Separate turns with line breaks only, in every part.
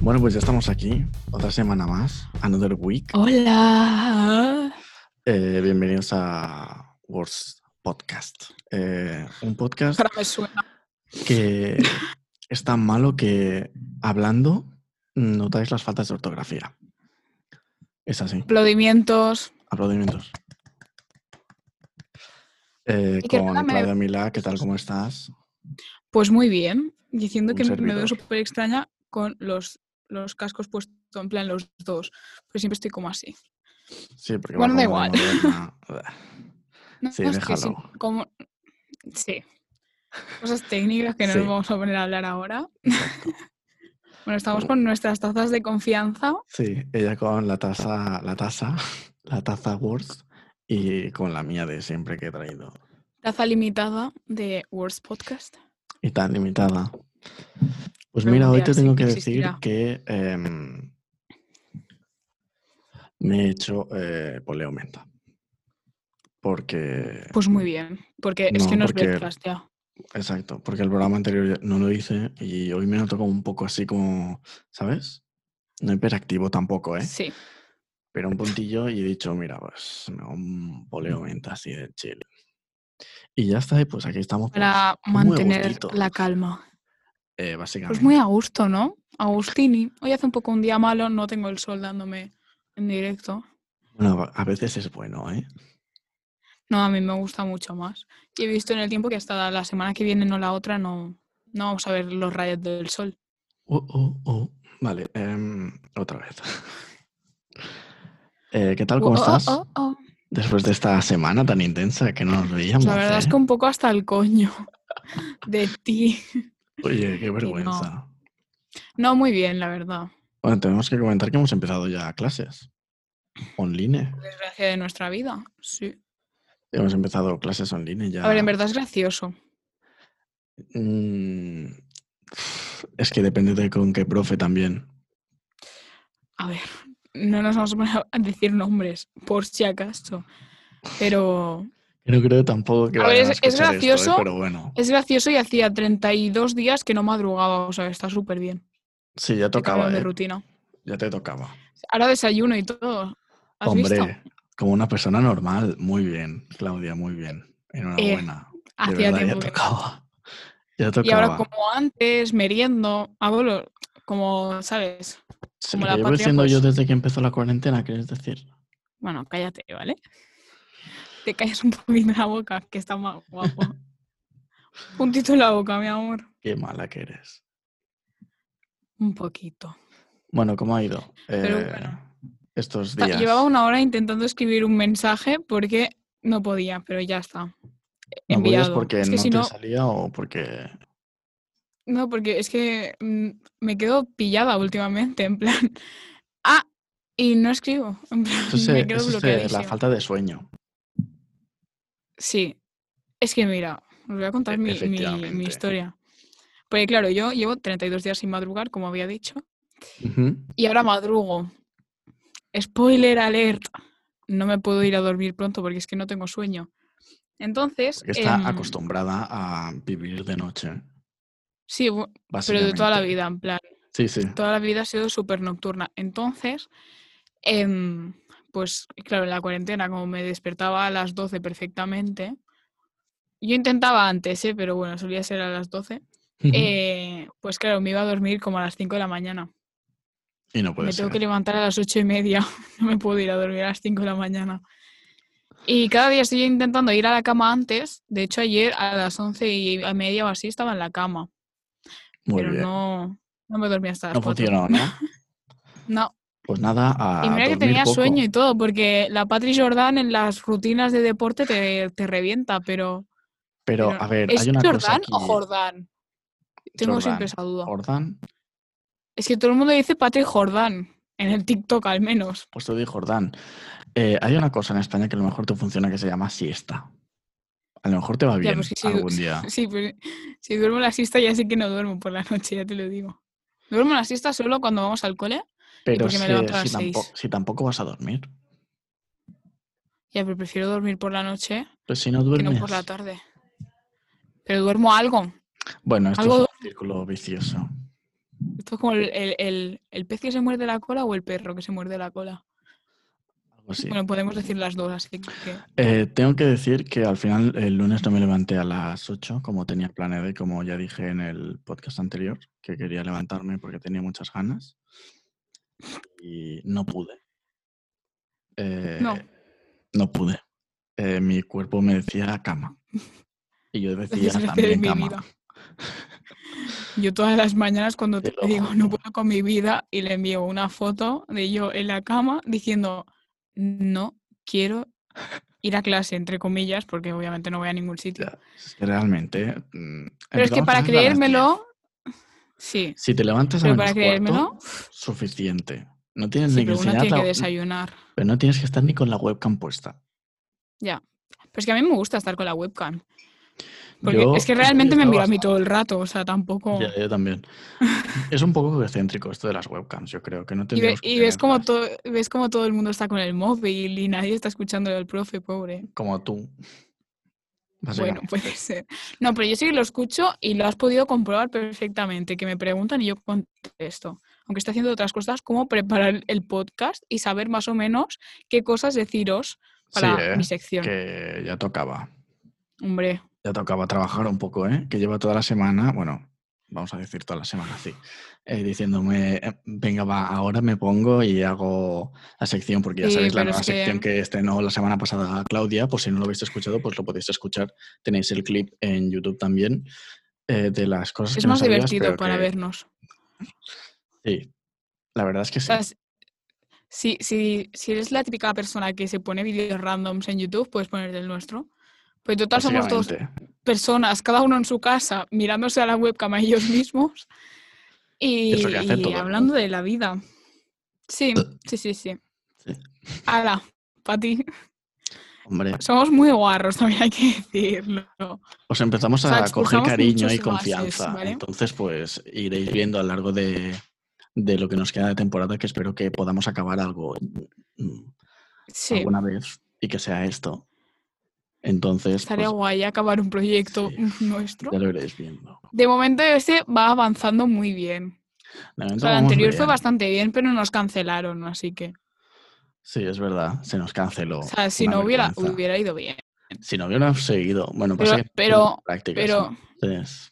Bueno, pues ya estamos aquí, otra semana más, Another Week.
Hola.
Eh, bienvenidos a Words Podcast. Eh, un podcast
Ahora me suena.
que es tan malo que hablando notáis las faltas de ortografía. Es así,
Aplaudimientos.
aplaudimientos. Eh,
Y que
con
nada, me-
Claudia Milá, ¿qué tal? ¿Cómo estás?
Pues muy bien. Diciendo
Un
que me veo
servidor.
súper extraña con los, los cascos puestos, en plan los dos. Pero siempre estoy como así.
Sí, porque
Bueno,
va
da
como de moderna.
No,
Sí,
es que
déjalo.
como... Sí. Cosas técnicas que no
Sí.
nos vamos a poner a hablar ahora.
Exacto.
Bueno, estamos
Como-
con nuestras tazas de confianza.
Sí, ella con la taza, la taza, la taza Words y con la mía de siempre que he traído.
Taza limitada de Words Podcast.
Y tan limitada. Pues
Pero
mira,
un
hoy
día
te
sí
tengo
que
que decir
existirá.
que em, me he hecho eh, poleo-menta. Porque,
Pues muy bien. Porque es
No,
que nos
porque-
breakfast ya.
exacto, porque el programa anterior no lo hice y hoy me noto como un poco así como, ¿sabes? No hiperactivo tampoco, ¿eh?
Sí.
pero un puntillo y he dicho, mira, pues me hago un poleo menta así de chile. Y ya está, y pues aquí estamos. pues,
Para
muy a
mantener
gustito,
la calma.
eh, básicamente.
Pues muy a gusto, ¿no? Agustini. Hoy hace un poco un día malo, no tengo el sol dándome en directo.
Bueno, a a veces es bueno, ¿eh?
No, a mí me gusta mucho más. Y he visto en el tiempo que hasta la semana que viene, no la otra, no, no vamos a ver los rayos del sol.
Oh, oh, oh. Vale, em, otra vez. Eh, ¿Qué tal? ¿Cómo
Oh, oh,
estás?
oh, oh.
Después de esta semana tan intensa que no nos veíamos.
La verdad es
¿eh?
que un poco hasta el coño de ti.
Oye, qué vergüenza.
No, muy bien, la verdad.
Bueno, tenemos que comentar que hemos empezado ya clases online.
Por Desgracia de nuestra vida. Sí.
Hemos empezado clases online ya.
A ver, en verdad es gracioso.
Mm, Es que depende de con qué profe también.
A ver, no nos vamos a poner a decir nombres, por si acaso. Pero
No creo tampoco que
A
vayan
ver,
a
es- es
escuchar esto, ¿eh?
gracioso.
pero bueno,
Es gracioso y hacía 32 días que no madrugaba, o sea, está súper bien.
sí, ya
Te
tocaba,
cambiaron de
¿eh?
rutina.
ya te tocaba.
Ahora desayuno y todo. ¿Has
Hombre,
visto?
como una persona normal, muy bien, Claudia, muy bien, enhorabuena. de
Eh, Hacía
verdad, ya
tiempo que no.
tocaba. Ya
Y ahora
tocaba.
como antes, meriendo, hago lo- como, ¿sabes?
Sí,
como
lo
la
llevo
patria,
diciendo yo
pues-
desde que empezó la cuarentena, quieres decir.
Bueno, cállate, ¿vale? Te callas un poquito la boca, que está más guapo. Puntito en la boca, mi amor.
Qué mala que eres.
Un poquito.
Bueno, ¿cómo ha ido
Pero
eh,
bueno.
estos
Ta-
días?
Llevaba una hora intentando escribir un mensaje porque no podía, pero ya está.
¿No podías
Enviado.
porque
es que
no
si
te
no,
salía o porque
No, porque es que mm, me quedo pillada últimamente, en plan, ah, y no escribo, en plan,
Eso se-
me quedo
eso se-
bloqueadísima.
la falta de sueño.
Sí, es que mira, os voy a
E-
contar mi, mi- mi
efectivamente.
historia. Porque claro, yo llevo 32 días sin madrugar, como había dicho,
Ujú.
y ahora madrugo. Spoiler alert, no me puedo ir a dormir pronto porque es que no tengo sueño. Entonces,
Porque está
em,
acostumbrada a vivir de noche,
sí, bu- pero
básicamente.
de toda la vida, en plan.
Sí, sí.
toda la vida he sido súper nocturna. Entonces, em, pues claro, en la cuarentena, como me despertaba a las 12 perfectamente, yo intentaba antes, ¿eh? pero bueno, solía ser a las 12,
Ujú.
eh, pues claro, me iba a dormir como a las 5 de la mañana.
y no puede
me tengo
ser.
que levantar a las 8 y media, no me puedo ir a dormir a las 5 de la mañana. Y cada día estoy intentando ir a la cama antes. De hecho, ayer a las 11 y a media o así estaba en la cama.
Muy
pero
bien. No,
no, no me dormía hasta las 4.
funcionó, ¿no?
No,
Pues nada, a
Y mira que
dormir
tenía
poco.
sueño y todo, porque la Patri Jordan en las rutinas de deporte te, te revienta, pero.
Pero,
pero-
a ver,
¿Es
hay una cosa
Jordan
aquí.
o Jordán? Tengo
Jordan.
siempre esa duda.
Jordán,
Es que todo el mundo dice Patri Jordan, en el TikTok al menos.
pues te digo Jordán. Eh, hay una cosa en España que a lo mejor te funciona que se llama siesta. A lo mejor te va
Ya,
bien
pues que si,
algún día.
si- pues, si duermo la siesta, ya sé que no duermo por la noche, ya te lo digo. Duermo la siesta solo cuando vamos al cole.
Pero
porque
si,
me levanto a
si
las seis.
tampo- si tampoco vas a dormir.
Ya, pero prefiero dormir por la noche
Pues si no
que
duermes.
no por la tarde. Pero duermo algo.
bueno, esto
algo
es
du-
un círculo vicioso.
Esto es como el, el- el- el pez que se muerde la cola o el perro que se muerde la cola.
Algo así.
Bueno, podemos decir las dos, así que.
Eh, tengo que decir que al final el lunes no me levanté a las 8 como tenía planeado y como ya dije en el podcast anterior, que quería levantarme porque tenía muchas ganas y no pude. Eh,
No.
no pude. Eh, mi cuerpo me decía cama. Y yo decía
desgracia de
también
mi
cama.
vida. Yo todas las mañanas cuando
Te
te,
lo
digo
juro.
no puedo con mi vida y le envío una foto de yo en la cama diciendo no quiero ir a clase, entre comillas, porque obviamente no voy a ningún sitio.
Ya, es que realmente. mm,
Pero es que
empezamos clases a
para
las 10.
creérmelo, sí,
Si te levantas a
pero para
menos cuarto,
creérmelo,
suficiente. No tienes
sí,
ni que
pero uno
enseñar
tiene
la-
que desayunar.
Pero no tienes que estar ni con la webcam puesta.
Pero es que a mí me gusta estar con la webcam. Porque
Yo-
es que
yo
realmente me
estaba
miro a mí
bastante-
todo el rato, o sea, tampoco...
Ya, yo también. es un poco egocéntrico esto de las webcams, yo creo, que no
Y, ve-
tendríamos que
y ves, como
tenerlas,
todo, ves como todo el mundo está con el móvil y nadie está escuchando al profe, pobre.
Como tú.
Bueno,
Básicamente.
puede ser. No, pero yo sí que lo escucho y lo has podido comprobar perfectamente, que me preguntan y yo contesto. Aunque esté haciendo otras cosas, como preparar el podcast y saber más o menos qué cosas deciros para
sí, ¿eh?
mi sección.
que ya tocaba.
Hombre,
Ya tocaba trabajar un poco, ¿eh? Que lleva toda la semana, bueno, vamos a decir toda la semana, sí. eh, diciéndome, eh, venga, va, ahora me pongo y hago la sección, porque ya
Sí,
sabéis la
pero
nueva
es que-
sección que estrenó la semana pasada Claudia, por si no lo habéis escuchado, pues lo podéis escuchar. Tenéis el clip en YouTube también eh, de las cosas
es
que no
más
sabías,
divertido
pero
para
que-
vernos.
Sí, la verdad es que
O
sí.
sea, si- si, si, si eres la típica persona que se pone vídeos randoms en YouTube, puedes poner el nuestro. Pues total somos dos
básicamente.
personas, cada uno en su casa, mirándose a la webcam a ellos mismos y,
Eso que hace
y
todo el
hablando de la vida. Sí, sí, sí, sí.
Sí.
Ala, Pati,
Hombre,
somos muy guarros, también hay que decirlo.
os empezamos
O sea,
a coger
expulsamos
cariño y
muchos gases,
confianza.
¿vale?
Entonces, pues iréis viendo a lo largo de, de lo que nos queda de temporada, que espero que podamos acabar algo mm,
Sí,
alguna vez y que sea esto. Entonces,
estaría
pues,
guay acabar un proyecto
Sí.
nuestro.
ya lo iréis viendo.
De momento este va avanzando muy bien.
De
O
momento
sea, el
vamos
anterior fue
bien.
bastante bien, pero nos cancelaron, así que...
Sí, es verdad, se nos canceló.
O sea, si
Oh, Una
no hubiera,
vergüenza.
hubiera ido bien.
Si no hubiera seguido. Bueno,
Pero-
pasa que
pero-
prácticas,
Pero...
¿no? Entonces,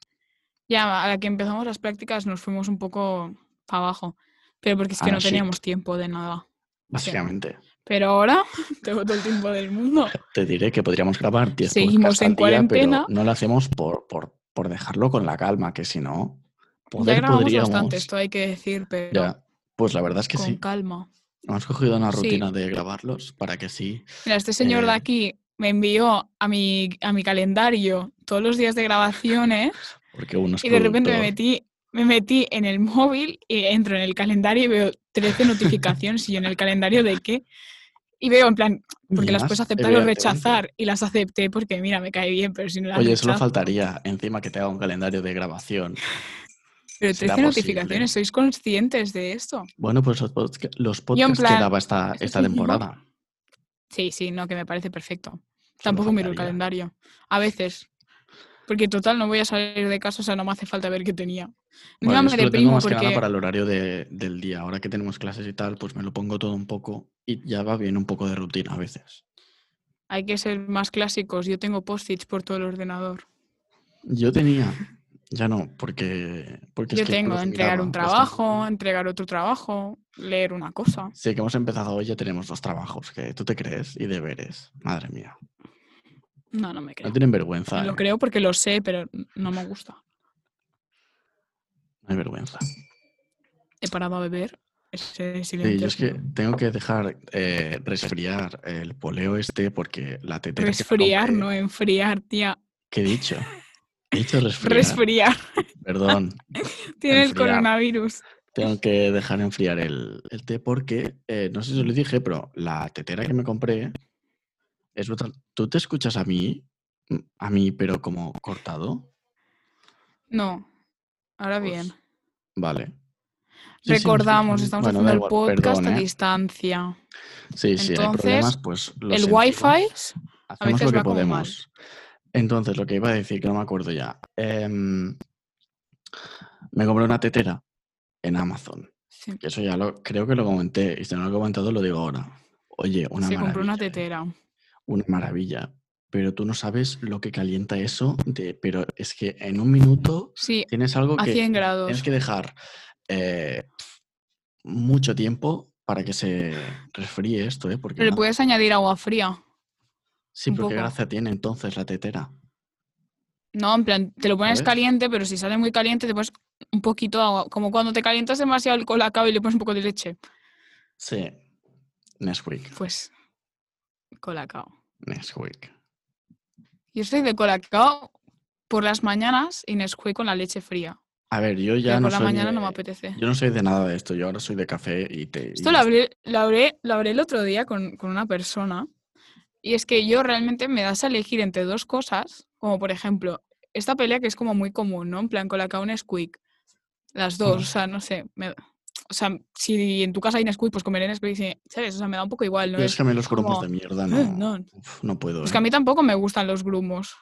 Ya, a la que empezamos las prácticas nos fuimos un poco para abajo, pero porque es que
Ah,
no
sí.
teníamos tiempo de nada.
básicamente.
Pero ahora tengo todo el tiempo del mundo.
Te diré que podríamos grabar 10
Seguimos
podcasts
en
al día,
cuarentena.
pero no lo hacemos por, por, por dejarlo con la calma, que si no,
ya
poder
grabamos
podríamos.
bastante, esto hay que decir, pero
Ya, pues la verdad es que
con
sí.
calma.
Hemos cogido una
Sí.
rutina de grabarlos para que sí.
Mira, este señor de
Eh.
aquí me envió a mi, a mi calendario todos los días de grabaciones
Porque uno es
y de repente me
productor.
metí, me metí en el móvil y entro en el calendario y veo 13 notificaciones y yo en el calendario de qué. Y veo en plan, Porque las
Mías,
puedes aceptar o
evidentemente.
rechazar. Y las acepté porque, mira, me cae bien, pero si no las
Oye,
rechazo.
solo faltaría encima que te haga un calendario de grabación.
Pero
será
13
posible.
notificaciones, ¿sois conscientes de esto?
Bueno, pues los, podca- los podcasts
plan,
que daba esta,
¿esto
esta
soy yo?
temporada. Solo
Sí, sí, no, que me parece perfecto. Tampoco miro el
faltaría.
calendario. A veces. Porque total, no voy a salir de casa, o sea, no me hace falta ver qué tenía.
Bueno,
Encima
yo es
me
que lo tengo
deprimo
más que
porque.
nada para el horario de- del día. Ahora que tenemos clases y tal, pues me lo pongo todo un poco y ya va bien un poco de rutina a veces.
Hay que ser más clásicos. Yo tengo post-its por todo el ordenador.
Yo tenía, ya no, porque... porque es
Yo
que
tengo
los
entregar un
miraba pues,
trabajo,
bastante.
entregar otro trabajo, leer una cosa.
Sí, que hemos empezado hoy, ya tenemos dos trabajos, que tú te crees, y deberes. Madre mía,
No, no me creo.
no tienen vergüenza.
Lo
¿eh?
creo porque lo sé, pero no me gusta.
No hay vergüenza.
he parado a beber. Ese silencio.
Sí, yo
ha
es que
sido-
tengo que dejar eh, resfriar el poleo este porque la tetera... que me
Resfriar,
compré-
no enfriar, tía.
¿Qué he dicho? He dicho resfriar.
Resfriar.
Perdón.
Tienes
Enfriar.
coronavirus.
Tengo que dejar enfriar el, el té porque, eh, no sé si os lo dije, pero la tetera que me compré es brutal. ¿Tú te escuchas a mí? Mm, A mí, pero como cortado.
No. Ahora
Pues,
bien.
Vale. Sí, sí, me escucho
Recordamos,
bien.
estamos
Bueno, da
haciendo el
igual,
podcast
perdón,
a
¿eh?
distancia.
Sí, sí, hay
Entonces,
problemas, pues lo
el
sentimos.
wifi
Hacemos
veces
lo que
va como mal.
podemos. Entonces, lo que iba a decir, que no me acuerdo ya. Em, me compré una tetera en Amazon.
Sí.
Que eso ya lo creo que lo comenté. Y si no lo he comentado, lo digo ahora. Oye, una
Se compró una
maravilla, ¿eh?
tetera.
una maravilla. Pero tú no sabes lo que calienta eso. De, pero es que en un minuto
Sí,
tienes algo
a
que
100 grados.
tienes que dejar eh, mucho tiempo para que se resfríe esto, ¿eh? Porque
pero le
gra-
puedes añadir agua fría.
sí,
un
porque
poco.
gracia tiene entonces la tetera.
No, en plan, te lo pones
ver.
caliente, pero si sale muy caliente, te pones un poquito de agua. Como cuando te calientas demasiado el colacao y le pones un poco de leche.
Sí. Nesquik.
Pues, colacao.
Nesquik.
Yo soy de colacao por las mañanas y Nesquik con la leche fría.
A ver, yo
pero
ya no
por la
soy
mañana no me
de-
apetece.
Yo no soy de nada de esto, yo ahora soy de café y te.
Esto lo hablé, lo hablé- lo hablé el otro día con, con una persona. Y es que yo realmente me das a elegir entre dos cosas, como por ejemplo, esta pelea que es como muy común, ¿no? En plan, con la que un squeak. Las dos,
Ujú.
o sea, no sé. me- o sea, si en tu casa hay Nesquik, pues comeré Nesquik, sí, ¿sabes? O sea, me da un poco igual, ¿no?
Yo
Es,
es que a mí los grupos
como,
de mierda no.
"Eh, no".
uf, no puedo.
es que a
¿eh?
mí tampoco me gustan los grumos.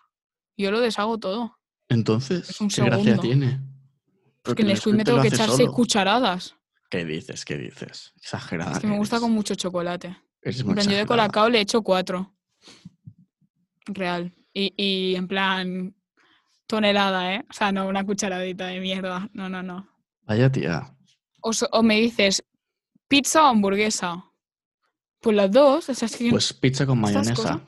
Yo lo deshago todo.
Entonces,
es un
¿qué gracia
segundo.
tiene?
Porque el Nesquik me
te
tengo
lo
que
hace
echar seis
solo.
cucharadas.
¿Qué dices? ¿Qué dices? Exagerada.
Es que me gusta
eres.
con mucho chocolate.
Eres muy
En plan, yo de
exagerada.
Colacao le echo cuatro. Real. Y, y en plan, tonelada, ¿eh? O sea, no una cucharadita de mierda. No, no, no.
Vaya tía.
O, so- o me dices, pizza o hamburguesa. Pues las dos. O sea, es que yo-
Pues pizza con
estas
mayonesa.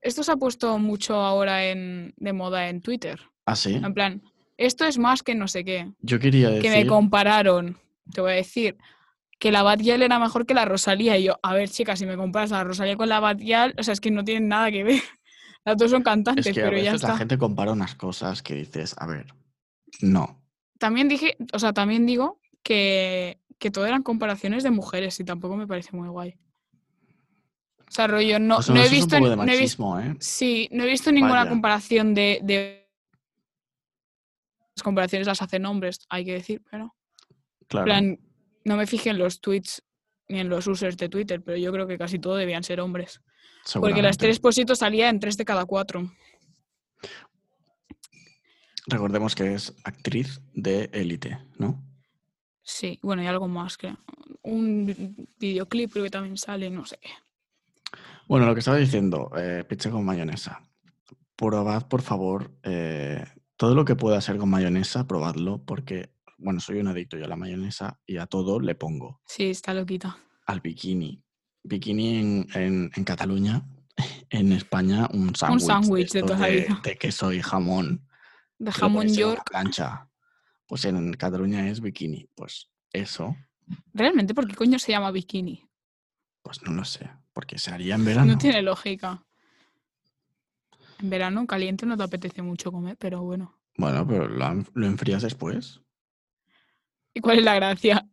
Esto se ha puesto mucho ahora en, de moda en Twitter.
Ah, sí.
En plan, esto es más que no sé qué.
Yo quería decir.
Que me compararon, te voy a decir, que la Batial era mejor que la Rosalía. Y yo, a ver, chicas, si me comparas la Rosalía con la Batial, o sea, es que no tienen nada que ver. Las dos son
es
cantantes,
que a
pero ya
veces
está.
la gente compara unas cosas que dices, a ver, no.
También dije, o sea, también digo que, que todo eran comparaciones de mujeres y tampoco me parece muy guay. O sea, rollo, no,
O sea,
no he
eso
visto.
es un poco de
no he visto
machismo, ¿eh?
sí, no he visto ninguna
Vaya.
comparación de, de. Las comparaciones las hacen hombres, hay que decir, pero.
Claro.
plan, no me fijé en los tweets ni en los users de Twitter, pero yo creo que casi todo debían ser hombres. Porque las
seguramente.
tres positos salía en tres de cada cuatro.
Recordemos que es actriz de élite, ¿no?
Sí, bueno, y algo más, creo. Un vi- videoclip creo que también sale, no sé qué.
Bueno, lo que estaba diciendo, eh, pizza con mayonesa. Probad, por favor, eh, todo lo que pueda hacer con mayonesa, probadlo, porque, bueno, soy un adicto yo a la mayonesa y a todo le pongo.
Sí, está loquita.
Al bikini. Bikini en, en- en Cataluña, en España, un sándwich.
sándwich de
estos
toda la vida.
de queso y jamón.
De
que lo
jamón
ponéis en una
York.
plancha. Pues en Cataluña es bikini. Pues eso,
¿Realmente por qué coño se llama bikini?
pues no lo sé. Porque se haría en
No,
verano.
tiene lógica. En verano caliente no te apetece mucho comer, pero bueno.
Bueno, pero lo, han- lo enfrías después.
¿Y cuál es la gracia?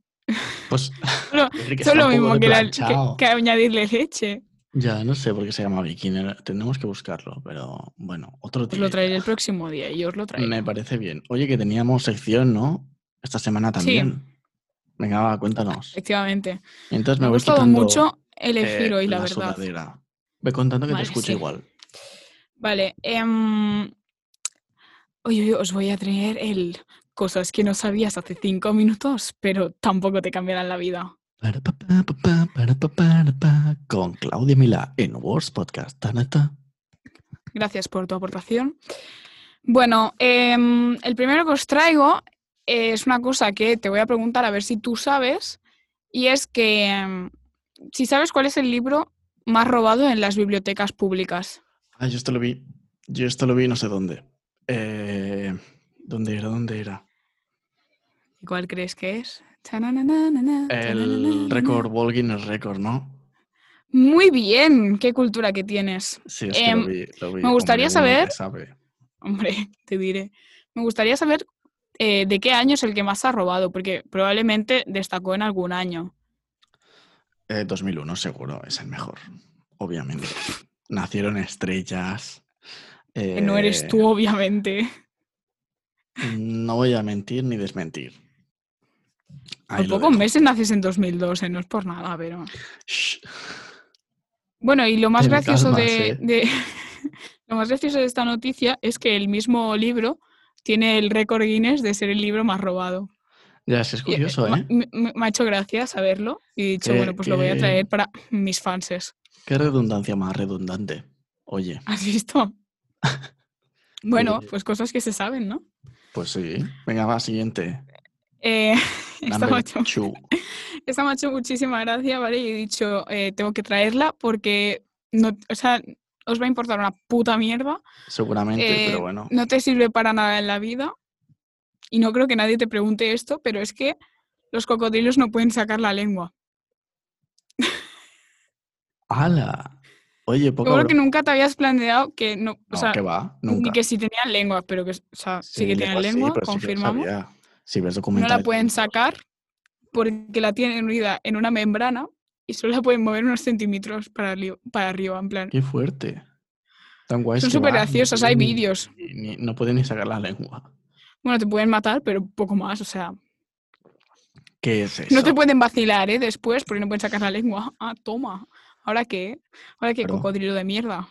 Pues.
Solo-
decir que
Eso
está
es lo
un poco
mismo que, la- que-
deplanchado.
que añadirle leche.
Ya, no sé por qué se llama bikini. ahora Tendremos que buscarlo, pero bueno, otro
Os
día.
Pues lo traeré el próximo día y yo os lo traeré.
Me parece bien. Oye, que teníamos sección, ¿no? Esta semana también. Venga, va, cuéntanos.
Efectivamente.
Mientras
Me
me,
ha
voy
gustado
quitando,
mucho
eh,
elegir hoy, la, verdad.
sudadera. Ve contando que
Vale,
te escucho
sí.
igual.
Vale. em, Hoy hoy os voy a traer el cosas que no sabías hace cinco minutos, pero tampoco te cambiarán la vida.
Para, pa, pa, pa, pa, para, pa, para, pa, Con Claudia Milá en Words Podcast. Tanata.
Gracias por tu aportación. Bueno, em, el primero que os traigo es una cosa que te voy a preguntar a ver si tú sabes, y es que em, si sabes cuál es el libro más robado en las bibliotecas públicas.
Ah, yo esto lo vi. Yo esto lo vi no sé dónde. Eh, ¿Dónde era? ¿Dónde era?
¿Y cuál crees que es? Chanananana,
El
chanananana.
récord, World Guinness Record, ¿no?
Muy bien, qué cultura que tienes.
Sí, es que lo
Em,
vi, lo vi.
me gustaría
Hombre, uno que
saber-
sabe.
Hombre, te diré. Me gustaría saber eh, de qué año es el que más ha robado, porque probablemente destacó en algún año.
Eh, 2001 seguro es el mejor, obviamente. Nacieron estrellas.
Que no eres
eh,
tú, obviamente.
No voy a mentir ni desmentir.
Por
Ahí lo
pocos
dejo.
meses naces en 2002, eh, no es por nada, pero...
Shh.
Bueno, y lo más
Ten
gracioso
calma,
de,
eh.
de- lo más gracioso de esta noticia es que el mismo libro tiene el récord Guinness de ser el libro más robado.
Ya, es, es curioso,
Ma-
¿eh?
me, me- me ha hecho gracia saberlo y he dicho,
Que-
bueno, pues lo voy a
que-
traer para mis fanses.
Qué redundancia más redundante. Oye,
¿Has visto? Bueno,
Oye.
pues cosas que se saben, ¿no?
pues sí. Venga, va, siguiente.
Eh, esta, me ha
Number
hecho,
two.
esta me ha hecho muchísima gracia, ¿vale? Y he dicho, eh, tengo que traerla porque, no, o sea, os va a importar una puta mierda,
Seguramente,
Eh,
pero bueno.
no te sirve para nada en la vida. Y no creo que nadie te pregunte esto, pero es que los cocodrilos no pueden sacar la lengua.
¡Hala! Oye, poca
Seguro que
broma.
nunca te habías planteado que no, o
No,
sea,
que va,
ni
nunca.
que si tenían lengua, pero que, o sea, sí, que tienen
Eh, ah, sí,
lengua,
pero sí que lo
confirmamos.
sabía. Si ves
no la
documentales,
pueden sacar porque la tienen unida en una membrana y solo la pueden mover unos centímetros para arriba, para arriba en plan.
Qué fuerte. Tan guay.
Son súper graciosos, hay vídeos.
no pueden ni sacar la lengua.
Bueno, te pueden matar, pero poco más, o sea.
¿Qué es eso?
No te pueden vacilar, ¿eh? Después, porque no pueden sacar la lengua. Ah, toma. ¿Ahora qué? ¿Ahora qué
Claro.
cocodrilo de mierda?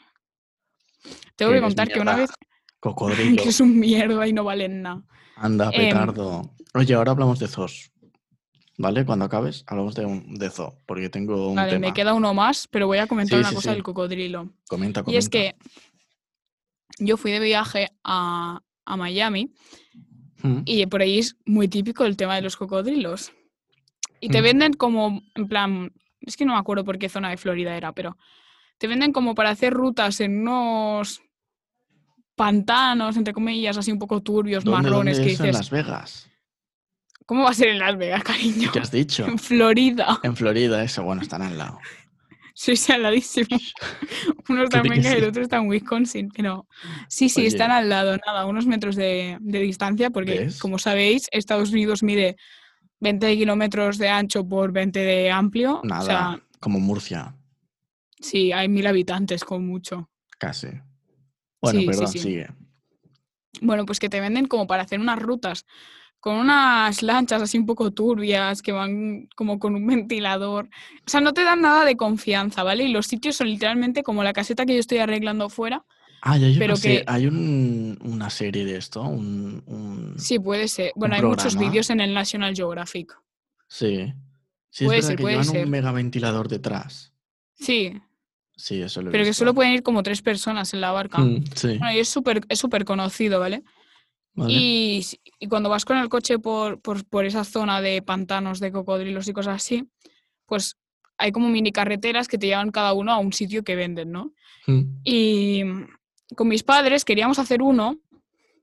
Tengo
Que
que
eres
contar que una
mierda.
vez que
Cocodrilo.
eres un mierda y no valen nada.
Anda,
Em.
petardo. Oye, ahora hablamos de zoos. ¿Vale? Cuando acabes, hablamos de, un, de zoo. Porque tengo un
Vale,
tema.
me queda uno más, pero voy a comentar
Sí,
una
sí,
cosa
sí.
del cocodrilo.
Comenta, comenta.
Y es que yo fui de viaje a, a Miami
Mm,
Y por ahí es muy típico el tema de los cocodrilos. Y te
Mm.
venden como, en plan, es que no me acuerdo por qué zona de Florida era, pero te venden como para hacer rutas en unos pantanos, entre comillas, así un poco turbios,
¿Dónde,
marrones,
dónde
que
es eso?
dices,
En Las Vegas.
¿cómo va a ser en Las Vegas, cariño?
¿Qué has dicho?
En Florida.
En Florida, eso. Bueno, están al lado.
Sí, sí, al ladísimo. Uno está en
Di que
Vegas y el
sí.
otro está en Wisconsin, pero sí, sí,
Oye.
están al lado, nada, unos metros de, de distancia, porque
¿Ves?
como sabéis, Estados Unidos mide 20 kilómetros de ancho por 20 de amplio.
Nada.
O sea,
Como Murcia,
sí, hay mil habitantes con mucho.
casi. Bueno,
Sí, sí,
perdón,
sí.
sigue.
Bueno, pues que te venden como para hacer unas rutas con unas lanchas así un poco turbias, que van como con un ventilador. O sea, no te dan nada de confianza, ¿vale? Y los sitios son literalmente como la caseta que yo estoy arreglando fuera.
Ah, y hay, una
Pero
se-
que-
hay un- una serie de esto, un... un-
Sí, puede ser. Bueno, hay muchos
programa?
vídeos en el National Geographic.
Sí. Sí,
Puede
es verdad
ser,
que
puede
llevan
ser.
un megaventilador detrás.
Sí,
Sí, eso lo he
pero que
visto.
solo pueden ir como tres personas en la barca.
Mm, sí,
Bueno, y es súper es súper conocido, ¿vale?
vale.
Y, s- y cuando vas con el coche por, por, por esa zona de pantanos, de cocodrilos y cosas así, pues hay como mini carreteras que te llevan cada uno a un sitio que venden, ¿no?
Mm,
Y mm, con mis padres queríamos hacer uno,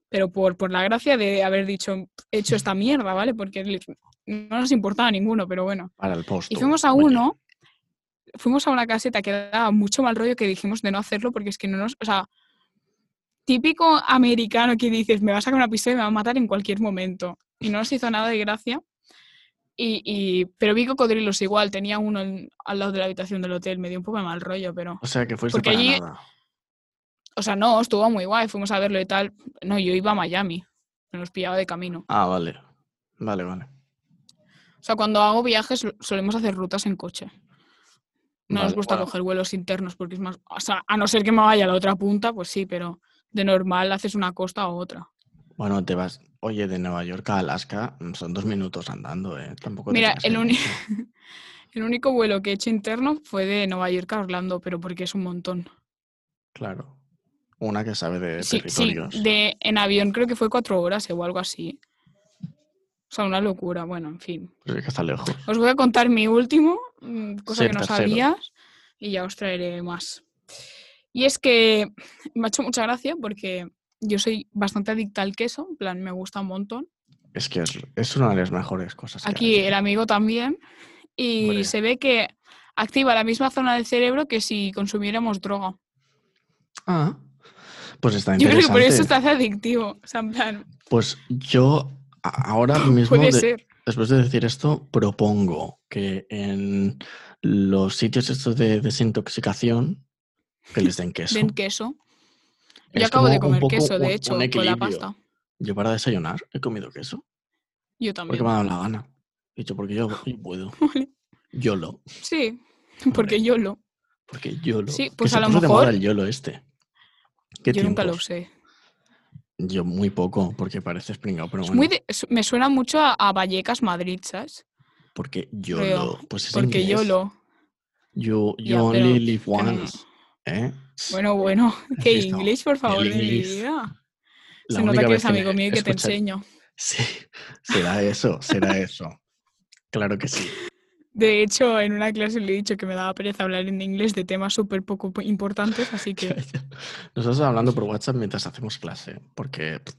pero por, por la gracia de haber dicho, hecho esta mierda, ¿vale? Porque li- no nos importaba ninguno, pero bueno.
Para el post.
Y fuimos a uno, fuimos a una caseta que daba mucho mal rollo que dijimos de no hacerlo porque es que no nos, o sea, típico americano que dices, me va a sacar una pistola y me va a matar en cualquier momento. Y no nos hizo nada de gracia. Y, y- pero vi cocodrilos igual, tenía uno en- al lado de la habitación del hotel, me dio un poco de mal rollo, pero...
O sea, que fuiste
Porque
para
allí-
nada.
O sea, no, estuvo muy guay, fuimos a verlo y tal. No, yo iba a Miami, me los pillaba de camino.
Ah, vale. Vale, vale.
O sea, cuando hago viajes sol- solemos hacer rutas en coche. No
Vale,
nos gusta
bueno.
coger vuelos internos porque es más... O sea, a no ser que me vaya a la otra punta, pues sí, pero de normal haces una costa o otra.
Bueno, te vas... Oye, de Nueva York a Alaska mm, son dos minutos andando, ¿eh? Tampoco te
Mira,
creas que
el,
hay
uni-
mucho.
el único vuelo que he hecho interno fue de Nueva York a Orlando, pero porque es un montón.
Claro. Una que sabe de
Sí, sí,
territorios.
de, en avión creo que fue cuatro horas eh, o algo así. O sea, una locura. Bueno, en fin.
Pues es que está lejos.
Os voy a contar mi último, mm, cosa
Sí,
que no
tercero.
sabías, y ya os traeré más. Y es que me ha hecho mucha gracia porque yo soy bastante adicta al queso, en plan, me gusta un montón.
Es que es, es una de las mejores cosas. que
Aquí
hay.
el amigo también. Y
Hombre.
se ve que activa la misma zona del cerebro que si consumiéramos droga.
Ah, pues está
Yo creo que por
interesante.
eso estás adictivo. O sea, en plan,
Pues yo a- ahora mismo,
puede
de-
ser.
después de decir esto, propongo que en los sitios estos de desintoxicación que les den queso.
Den queso. Yo
Es
acabo de
como un
comer
poco
queso,
un- un
de hecho, con la
equilibrio.
pasta.
Yo para desayunar he comido queso porque
Yo también.
me ha dado la gana. He dicho, porque yo, yo puedo.
Vale.
Yo lo.
Sí, porque yo lo.
Porque yo lo.
Sí, pues
se
a lo
puso de
mejor-
moda el yolo este. ¿Qué
Yo nunca lo
tiempos?
usé.
Yo muy poco, porque parece springado, pero
Es
bueno.
muy de- es- me suena mucho a, a Vallecas Madrid, ¿sabes?
Porque yo
creo,
lo. Pues es
Porque
inglés.
yo lo.
You, you
Ya, pero
only live
no-
once. ¿eh?
Bueno, bueno, que
Así estamos.
inglés, por favor, de mi
inglés.
vida.
La
Se nota
única
que
vez
eres amigo
me-
mío y que te
escucha-
enseño.
Sí, será eso, será eso. Claro que sí.
De hecho, en una clase le he dicho que me daba pereza hablar en inglés de temas súper poco po- importantes, así que
Nosotros hablando por WhatsApp mientras hacemos clase, porque pff,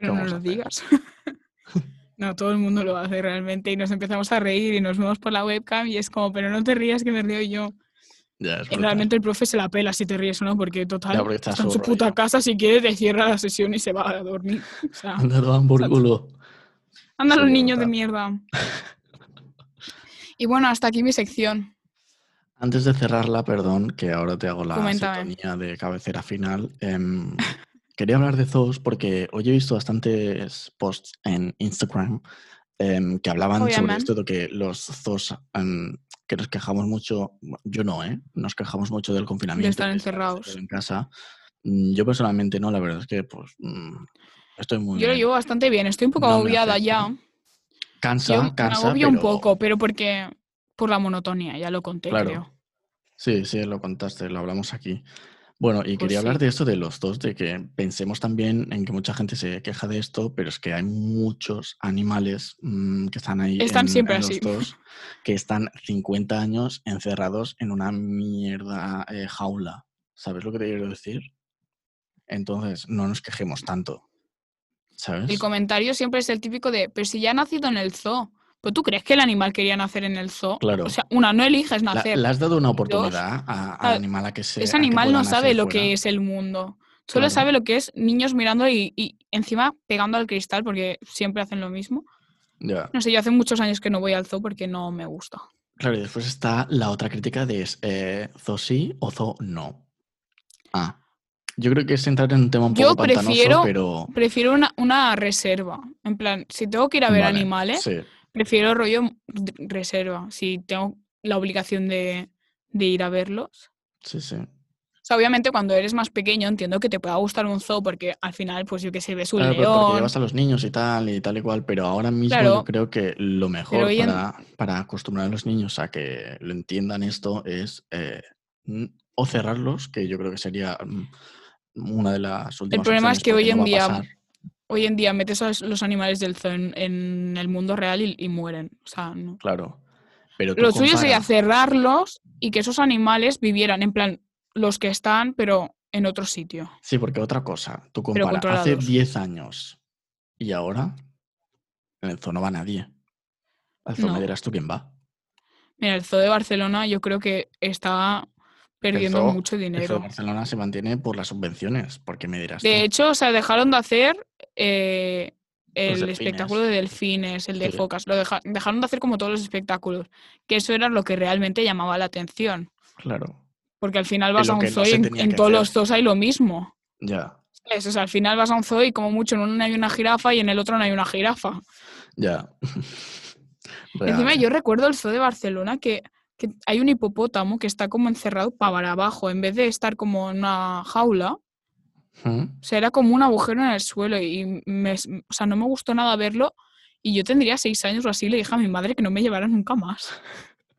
¿qué
no
vamos a
nos lo
hacer?
digas. No, todo el mundo lo hace realmente y nos empezamos a reír y nos vemos por la webcam y es como, pero no te rías que me río yo.
ya es
Y
brutal.
Eh, realmente el profe se la pela si te ríes o no, porque total,
Ya, porque está
está en
su
su puta
rollo.
casa, si quiere te cierra la sesión y se va a dormir. O sea,
Anda, toman por
Exacto.
culo.
anda los
sería
niños de
brutal.
mierda. Y bueno, hasta aquí mi sección.
Antes de cerrarla, perdón, que ahora te hago la
Coméntame.
sintonía de cabecera final. em, quería hablar de zoos porque hoy he visto bastantes posts en Instagram em, que hablaban sobre
Obviamente.
esto de que los zoos, em, que nos quejamos mucho, bueno, yo no, ¿eh? Nos quejamos mucho del confinamiento. y
estar
encerrados
encerrados.
En casa. Mm, Yo personalmente no, la verdad es que pues mm, estoy muy...
Yo lo
bien.
llevo bastante bien, estoy un poco
No me
agobiada
afecta.
ya.
Cansa,
Yo me
cansa,
agobio un
pero-
poco, pero porque por la monotonía, ya lo conté,
Claro.
creo.
Sí, sí, lo contaste, lo hablamos aquí. Bueno, y
Pues
quería hablar
sí.
de esto de los dos, de que pensemos también en que mucha gente se queja de esto, pero es que hay muchos animales mm, que están ahí
Están
en,
siempre
en los
así.
dos, que están 50 años encerrados en una mierda eh, jaula. ¿Sabes lo que te quiero decir? Entonces, no nos quejemos tanto,
El
¿sabes?
comentario siempre es el típico de, pero si ya ha nacido en el zoo. ¿Pero tú crees que el animal quería nacer en el zoo?
Claro.
O sea, una, no eliges
La-
nacer.
¿Le has dado una oportunidad a- al
la-
animal a que se...
Ese animal no sabe lo que
es.
es el mundo. Solo
Claro.
sabe lo que es niños mirando y, y encima pegando al cristal porque siempre hacen lo mismo.
Ya.
No sé, yo hace muchos años que no voy al zoo porque no me gusta.
Claro, y después está la otra crítica de es, eh, zo sí o zo no. Ah, yo creo que es entrar en un tema un
Yo
poco pantanoso,
prefiero
pero...
Prefiero una, una reserva. En plan, si tengo que ir a ver
Vale,
animales,
Sí,
prefiero rollo m- d- reserva. Si tengo la obligación de, de ir a verlos.
sí, sí.
O sea, obviamente cuando eres más pequeño entiendo que te pueda gustar un zoo porque al final, pues yo que sé, ves un
Claro, pero porque
león.
llevas a los niños y tal y tal y cual, pero ahora mismo yo
Claro.
creo que lo mejor
hoy en-
para, para acostumbrar a los niños a que lo entiendan esto es eh, mm, o cerrarlos, que yo creo que sería mm, una de las últimas
problema es
opciones
que
porque no
hoy en
va a
día-
pasar.
Hoy en día metes a los- los animales del zoo en, en el mundo real y, y mueren. O sea, no.
Claro, pero tú
Lo suyo sería
compara-
cerrarlos y que esos animales vivieran, en plan, los que están, pero en otro sitio.
Sí, porque otra cosa, tú
Pero
comparas hace
controlados.
10 años y ahora en el zoo no va nadie. Al zoo me
No.
dirás tú quién va.
Mira, el zoo de Barcelona yo creo que está perdiendo
zoo-
mucho
El zoo de
dinero.
Barcelona se mantiene por las subvenciones, porque me dirás
De
tú.
hecho, o sea, dejaron de hacer eh,
Los
el
delfines.
espectáculo de delfines, el de
Sí.
focas. Lo deja- dejaron de hacer como todos los espectáculos. Que eso era lo que realmente llamaba la atención.
Claro,
Porque al final
Es
vas
lo
a un
que no
zoo y
se
en,
tenía
en
que
todos
hacer.
los zoos hay lo mismo.
ya,
¿Sabes? O sea, al final vas a un zoo y como mucho en uno hay una jirafa y en el otro no hay una jirafa.
ya.
Encima
Real,
yo recuerdo el zoo de Barcelona que, que hay un hipopótamo que está como encerrado para abajo. En vez de estar como en una jaula,
¿eh? ¿Mm?
o sea, era como un agujero en el suelo y me, s- o sea, no me gustó nada verlo. Y yo tendría seis años o así, le dije a mi madre que no me llevara nunca más.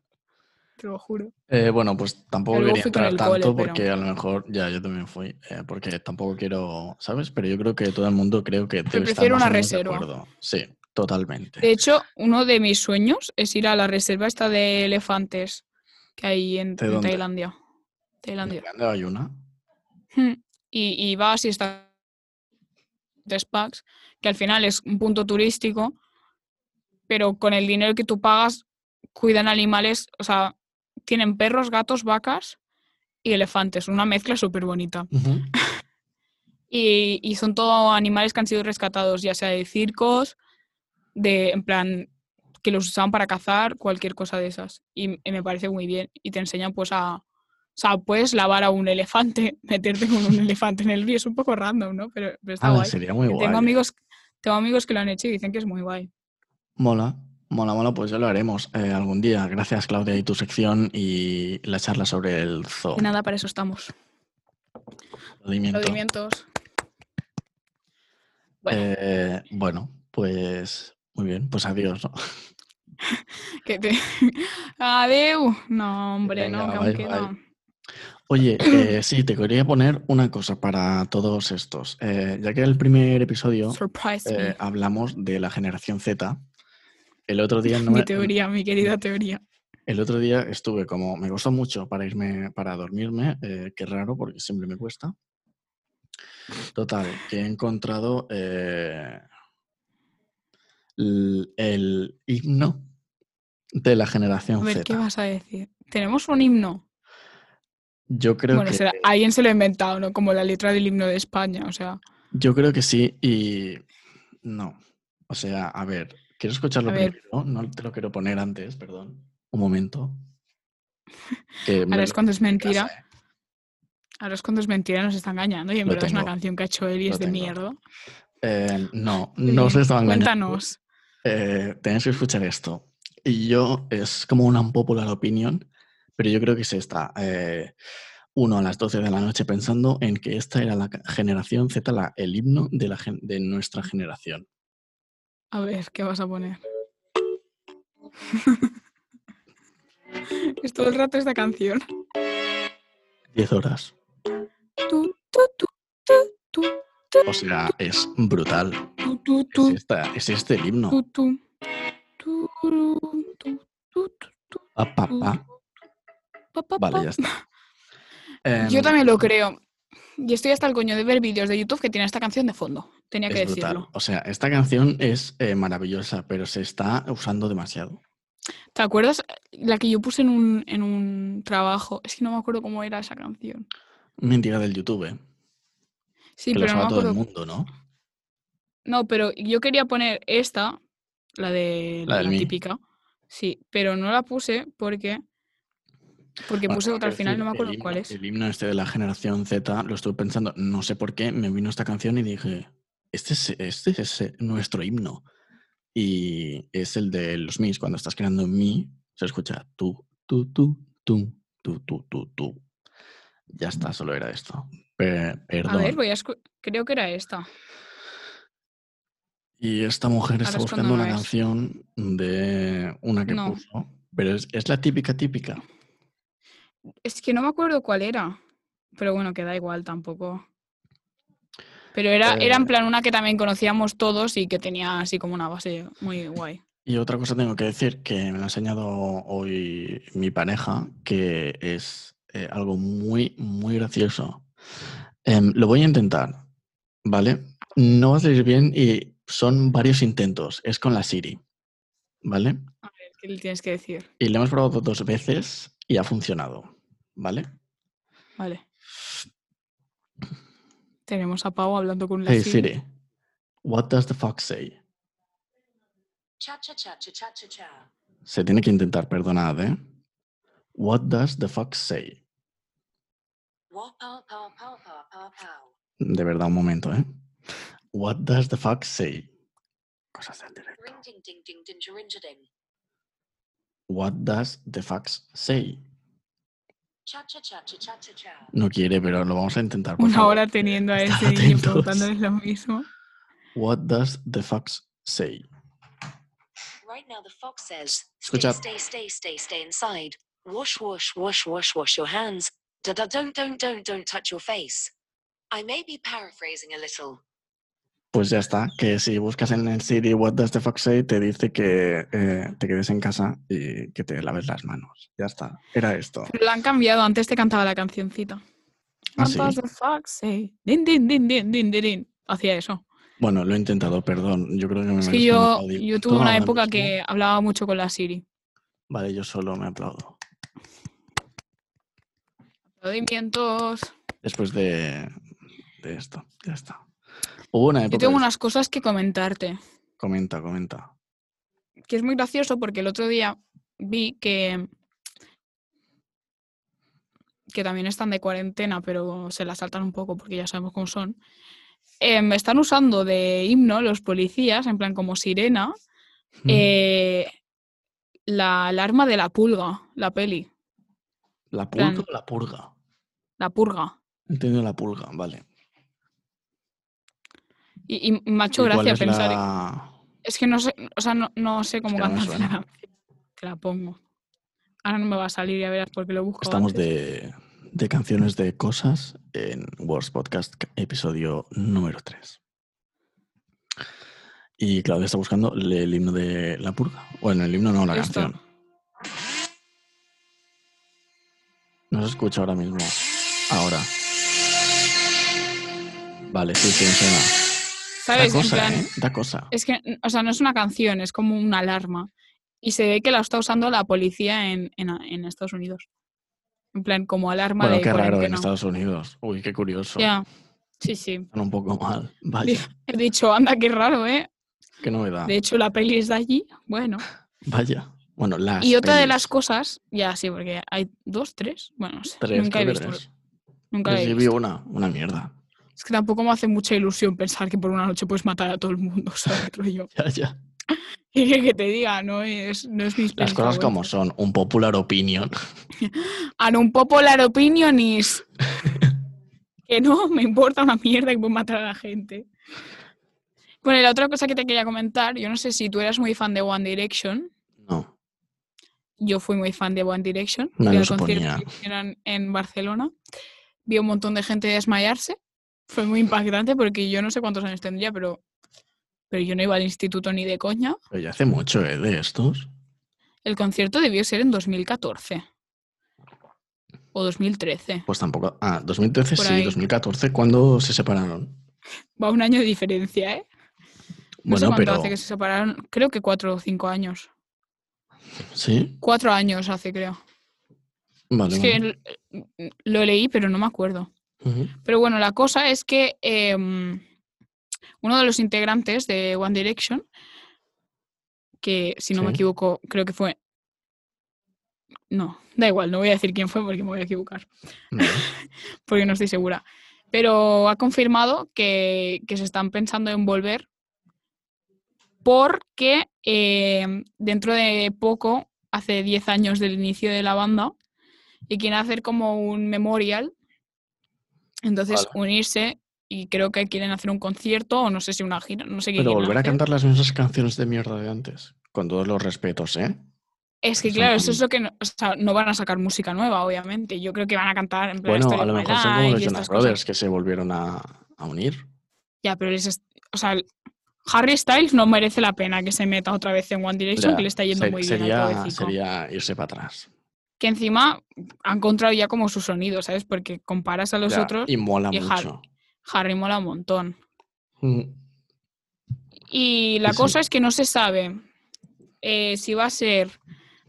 Te lo juro.
Eh, bueno, pues tampoco
Yo luego
quería
fui con
entrar
el
tanto
cole, pero-
porque a lo mejor, ya, yo también fui, eh, porque tampoco quiero, ¿sabes? Pero yo creo que todo el mundo creo que debe estar
prefiero
más o
una
menos de
reserva.
acuerdo. Sí, totalmente.
De hecho, uno de mis sueños es ir a la reserva esta de elefantes que hay en,
¿De
en
dónde?
Tailandia.
¿En
Tailandia.
Irlanda hay una?
Hmm. Y, y vas y está tres packs, que al final es un punto turístico, pero con el dinero que tú pagas, cuidan animales, o sea, tienen perros, gatos, vacas y elefantes, una mezcla súper bonita.
Ujú.
Y, y son todo animales que han sido rescatados, ya sea de circos, de, en plan, que los usaban para cazar, cualquier cosa de esas. Y, y me parece muy bien. Y te enseñan pues a... O sea, puedes lavar a un elefante, meterte con un elefante en el río. Es un poco random, ¿no? Pero, pero está
Ah,
guay.
sería muy
Que
guay.
Tengo amigos, tengo amigos que lo han hecho y dicen que es muy guay.
Mola, mola, mola, pues ya lo haremos eh, algún día. Gracias, Claudia, y tu sección y la charla sobre el zoo.
Y nada, para eso estamos.
Aplaudimiento.
Aplaudimientos. Bueno.
Eh, bueno, pues muy bien, pues adiós. ¿no?
Que te... Adeu. No, hombre, no,
Venga, bye,
que aún queda.
bye. Oye, eh, sí, te quería poner una cosa para todos estos. Eh, ya que el primer episodio
Surprise
eh,
me.
hablamos de la generación Z, el otro día no
mi
me-
teoría, mi querida teoría.
El otro día estuve como, me costó mucho para irme, para dormirme, eh, qué raro porque siempre me cuesta. Total, que he encontrado eh, l- el, himno de la
A
generación
ver, ¿qué
Z.
vas a decir? Tenemos un himno.
Yo creo
bueno,
que
será- alguien se lo ha inventado, ¿no? Como la letra del himno de España, o sea.
yo creo que sí y no. O sea, a ver, quiero escucharlo
A ver.
primero, no te lo quiero poner antes, perdón. Un momento. Que me
Ahora
lo
es cuando es
pongo en casa,
mentira.
¿eh?
Ahora es cuando es mentira, nos está engañando. Y en
Lo
verdad es una
tengo.
canción que ha hecho él y
Lo
es de
tengo.
mierda.
Eh, no,
Muy
no
bien,
se estaban
Cuéntanos.
Eh, tenéis que escuchar esto. Y yo, es como una popular opinion, pero yo creo que se está eh, uno a las 12 de la noche pensando en que esta era la ca- generación Z, la- el himno de, la gen- de nuestra generación.
A ver, ¿qué vas a poner? es todo el rato esta canción.
10 horas.
Tu, tu, tu, tu, tu,
O sea, es brutal.
tu, tu,
Es,
tu,
esta- es este el himno.
tu, tu, tu, ru, tu, tu, tu, tu,
Pa, pa, pa.
pa, pa,
Vale,
pa.
ya está.
Yo
Em,
también lo creo. Y estoy hasta el coño de ver vídeos de YouTube que tienen esta canción de fondo. Tenía que
es brutal.
decirlo.
O sea, esta canción es eh, maravillosa, pero se está usando demasiado.
¿Te acuerdas la que yo puse en un, en un trabajo? Es que no me acuerdo cómo era esa canción.
Mentira del YouTube, eh,
Sí,
que lo
pero no
sabe
me
todo
acuerdo.
el mundo, ¿no?
No, pero yo quería poner esta, la de
La
la,
del Mi.
típica. Sí, pero no la puse porque porque
Bueno,
puse
tengo
otra
que
al final,
decir,
no me acuerdo
el himno-
cuál es.
El himno este de la generación Z, lo estuve pensando, no sé por qué, me vino esta canción y dije, este es, este es eh, nuestro himno. Y es el de los mis, cuando estás creando un mi, se escucha tú, tú, tú, tú, tú, tú, tú, tú. Ya está, solo era esto. Pe-
Mm. A
perdón.
ver, voy a escu- creo que era esta.
Y esta mujer está
Ahora es cuando
buscando
no
una
es.
canción de una que
No.
puso, pero es, es la típica típica.
Es que no me acuerdo cuál era. Pero bueno, que da igual tampoco. Pero era, era en
Eh.
plan una que también conocíamos todos y que tenía así como una base muy guay.
Y otra cosa tengo que decir que me lo ha enseñado hoy mi pareja, que es eh, algo muy, muy gracioso. Em, lo voy a intentar, ¿vale? No va a salir bien y son varios intentos. Es con la Siri, ¿vale?
¿Qué le tienes que decir?
Y lo hemos probado dos veces y ha funcionado, ¿vale?
Vale. Tenemos a Pau hablando con la
hey
Siri.
Siri, what does the fox say?
Cha cha cha cha cha cha cha.
Se tiene que intentar, perdonad, ¿eh? What does the fox say?
Wa pa pa pa pa pa pow.
De verdad, un momento, ¿eh? What does the fuck say? Cosas del directo.
Ring ding ding ding ding ding ding.
What does the fuck say?
Cha cha cha cha cha cha cha.
No quiere, pero lo vamos a intentar. por
Una
favor.
hora teniendo a
Estad
ese niño
atentos.
preguntándoles lo mismo.
What does the fuck say?
Right now the fox says, stay
Escucha.
stay stay stay stay inside. Wash wash wash wash wash your hands. Da da don't don't don't don't touch your face. I may be paraphrasing a little.
Pues ya está, que si buscas en el Siri What does the fuck say, te dice que eh, te quedes en casa y que te laves las manos. Ya está, era esto.
Pero la han cambiado, antes te cantaba la cancioncita.
Ah,
What
sí.
does the fuck say? Din, din, din, din, din, din, din. Hacía eso.
Bueno, lo he intentado, perdón. Yo creo que me
es que
merezco un
yo,
aplaudir.
yo
Tú
tuve una
ahora
época
mismo-
que hablaba mucho con la Siri.
Vale, yo solo me aplaudo.
Aplaudimientos.
después de, de esto. Ya está. Hubo una época.
Yo tengo
de-
unas cosas que comentarte.
Comenta, comenta.
Que es muy gracioso porque el otro día vi que. que también están de cuarentena, pero se la saltan un poco porque ya sabemos cómo son. Me están usando de himno los policías, en plan como sirena,
Mm.
Eh, la alarma de la pulga, la peli,
Mm, ¿La pulga
plan-
o la purga?
la purga.
Entiendo la pulga, vale.
Y, y me ha
¿Y
hecho
cuál
gracia
es
pensar.
la-
Es que no sé, o sea, no, no sé cómo
que no me
cantar.
suena.
Te la pongo. Ahora no me va a salir, ya verás, porque lo busco.
Estamos
antes.
de, de canciones de cosas en Words Podcast, ca- episodio número 3. Y Claudia está buscando le- el himno de la purga. Bueno, el himno no, la
Esto.
canción. No se escucha ahora mismo. Ahora. Vale, sí, sí, me suena. Da
¿Sabes? En
cosa,
plan,
¿eh? Da cosa.
Es que, o sea, no es una canción, es como una alarma. Y se ve que la está usando la policía en, en- en Estados Unidos. En plan, como alarma
Bueno,
de
qué raro en
cuarentena.
Estados Unidos. Uy, qué curioso.
Ya. Sí, sí.
Están un poco mal. Vaya, Ah.
He dicho, anda, qué raro, ¿eh?
qué novedad.
De hecho, la peli es de allí. Bueno.
Vaya. Bueno, las
Y otra de
pelis.
las cosas, ya sí, porque hay dos, tres. Bueno, no sé.
Tres,
nunca he
creo que
visto.
tres.
Nunca
Yo
he
sí vi
visto.
una, una mierda.
Es que tampoco me hace mucha ilusión pensar que por una noche puedes matar a todo el mundo, ¿sabes? Rollo.
Ya, ya.
Y que te diga, no es, no es mi
Las
peli
cosas
favorita.
como son, un popular opinion.
And un popular opinion is que no me importa una mierda que puedo matar a la gente. Bueno, y la otra cosa que te quería comentar, yo no sé si tú eras muy fan de One Direction.
No,
Yo fui muy fan de One Direction.
No
Fui
lo
al concierto
suponía.
que hicieron en Barcelona. Vi a un montón de gente desmayarse. Fue muy impactante porque yo no sé cuántos años tendría, pero, pero yo no iba al instituto ni de coña.
pero ya hace mucho, ¿eh? De estos.
El concierto debió ser en 2014 o 2013.
Pues tampoco. Ah, 2013
Por
sí,
ahí.
2014, cuando se separaron?
Va un año de diferencia, ¿eh? No sé
bueno,
cuánto
pero.
hace que se separaron. Creo que cuatro o cinco años.
Sí,
Cuatro años hace, creo.
vale.
Es
vale.
que l- lo leí, pero no me acuerdo.
Ujú.
Pero bueno, la cosa es que em, uno de los integrantes de One Direction, que si no me
Sí.
equivoco, creo que fue... No, da igual, no voy a decir quién fue porque me voy a equivocar.
Vale.
porque pues no estoy segura. Pero ha confirmado que, que se están pensando en volver porque eh, dentro de poco, hace 10 años del inicio de la banda, y quieren hacer como un memorial, entonces unirse y creo que quieren hacer un concierto o no sé si una gira, no sé qué.
Pero
quieren
volver a
hacer.
cantar las mismas canciones de mierda de antes. Con todos los respetos, ¿eh?
Es que
Son
claro, eso
tan-
es lo que no, o sea, no van a sacar música nueva, obviamente. Yo creo que van a cantar en plan
Bueno,
Story
a
of
lo
My
mejor son como los
Life y
Jonas
estas cosas.
Brothers que se volvieron a, a unir.
Ya, pero les est- o sea, el- Harry Styles no merece la pena que se meta otra vez en One Direction,
Ya,
que le está yendo
se-
muy bien al
sería,
pobrecito.
sería irse para atrás.
Que encima ha encontrado ya como su sonido, ¿sabes? Porque comparas a los
Ya,
otros,
y mola
y Har-
mucho.
Harry mola un montón.
Mm.
Y la
Sí, sí.
cosa es que no se sabe eh, si va a ser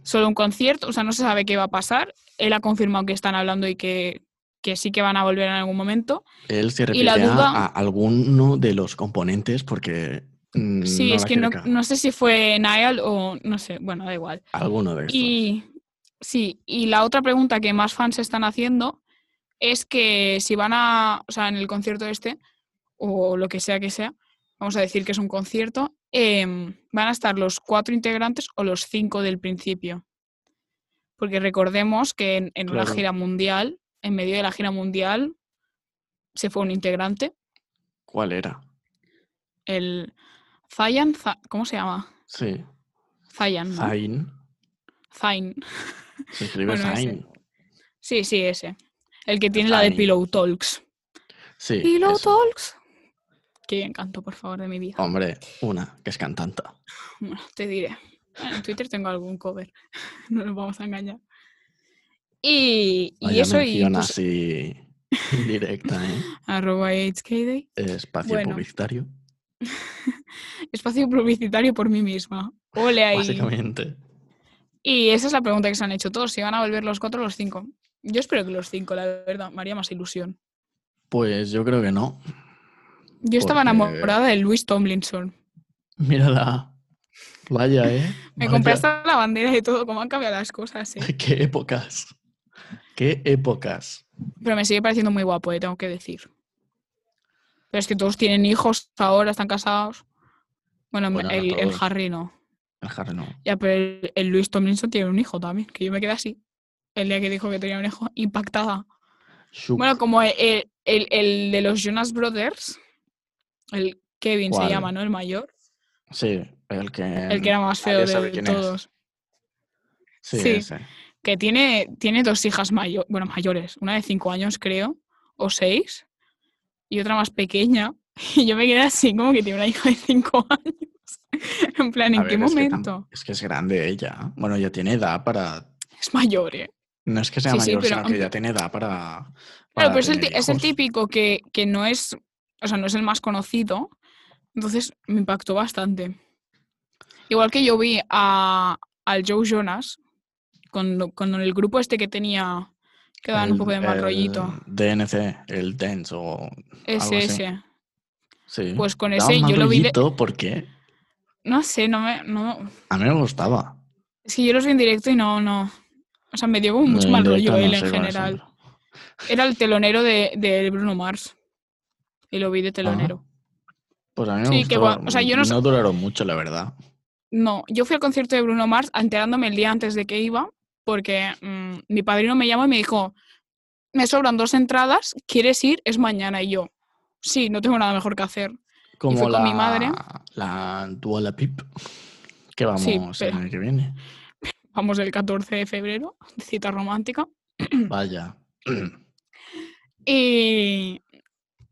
solo un concierto, o sea, no se sabe qué va a pasar. Él ha confirmado que están hablando y que, que sí que van a volver en algún momento.
Él se
Y
refiere
la duda-
a alguno de los componentes porque. mm,
Sí,
no
es
la
que
quiere
no,
cagar.
no sé si fue Niall o no sé, bueno, da igual.
Alguno de estos.
Y sí, y la otra pregunta que más fans están haciendo es que si van a, o sea, en el concierto este, o lo que sea que sea, vamos a decir que es un concierto, em, van a estar los cuatro integrantes o los cinco del principio. Porque recordemos que en, en una
Claro.
gira mundial, en medio de la gira mundial, se fue un integrante,
¿Cuál era?
el Zayan, Za- ¿cómo se llama?
Sí.
Zayan, ¿no?
Zayn.
Zayn.
Se escribe
Bueno, ese.
Zayn.
Sí, sí, ese. El que tiene la de
Zayn.
Pillow Talks.
Sí.
Pillow
eso. Oh.
Talks. Qué encanto, por favor, de mi vida.
Hombre, una que es cantante.
Bueno, te diré. Ah, En Twitter tengo algún cover. No nos vamos a engañar. Y, y
Vaya
eso, y
mención
pues,
así indirecta, ¿eh?
arroba HKday.
Espacio
Bueno.
publicitario,
Espacio publicitario por mí misma. Ole ahí.
básicamente.
Y esa es la pregunta que se han hecho todos. Si van a volver los cuatro o los cinco. Yo espero que los cinco, la verdad. Me haría más ilusión.
Pues yo creo que no.
Yo estaba
Porque-
enamorada de Luis Tomlinson.
Mírala. Vaya, ¿eh?
Me
Vaya.
compré hasta la bandera y todo, cómo han cambiado las cosas, ¿eh?
Qué épocas. Qué épocas.
Pero me sigue pareciendo muy guapo, eh, tengo que decir. Pero es que todos tienen hijos ahora, están casados. Bueno,
Bueno, Pues no
el, el
todos.
Harry no.
El Harry no.
Ya, pero el, el Luis Tomlinson tiene un hijo también, que yo me quedé así. El día que dijo que tenía un hijo, impactada.
Shook.
Bueno, como el, el- el de los Jonas Brothers, el Kevin
¿Cuál?
se llama, ¿no? El mayor.
Sí, el que.
El que era más feo
nadie sabe
de
quién es.
todos.
Sí,
sí.
ese.
Que tiene, tiene dos hijas mayo- bueno, mayores. Una de cinco años, creo, o seis. Y otra más pequeña. Y yo me quedé así, como que tiene una hija de cinco años. en plan, ¿en
A
qué
ver, es que tam-
momento?
Es que es grande ella. Bueno, ya tiene edad para.
Es mayor, ¿eh?
No es que sea
Sí, sí,
mayor,
pero-
sino que ya tiene edad para. para
Claro, pero es el,
tener
ti- es el
hijos.
típico que, que no es, o sea, no es el más conocido. Entonces me impactó bastante. Igual que yo vi a, al Joe Jonas con, con el grupo este que tenía, que daban un
El-
poco de mal
el
rollito.
DNC, el Dance o.
Ese,
así.
ese.
Sí.
Pues con
Daba
ese
mal
yo lo vi. de-
rollito porque
no sé, no me. No,
a mí me gustaba.
es que yo los vi en directo y no, no. O sea, me dio como mucho
En
mal
directo
rollo
no
él en
sé cuáles son.
general. Era el telonero de, de Bruno Mars. Y lo vi de telonero.
Pues a mí me
Sí,
gustó.
que gua- o sea, yo no sé-
duraron mucho, la verdad.
No, yo fui al concierto de Bruno Mars enterándome el día antes de que iba, porque mm, mi padrino me llamó y me dijo, me sobran dos entradas, ¿quieres ir? Es mañana. Y yo, sí, no tengo nada mejor que hacer.
Como
fue
la,
con mi madre.
La Duala Pip. Que vamos
pero-
el año que viene.
Vamos el 14 de febrero, de cita romántica. Mm.
Vaya.
Y,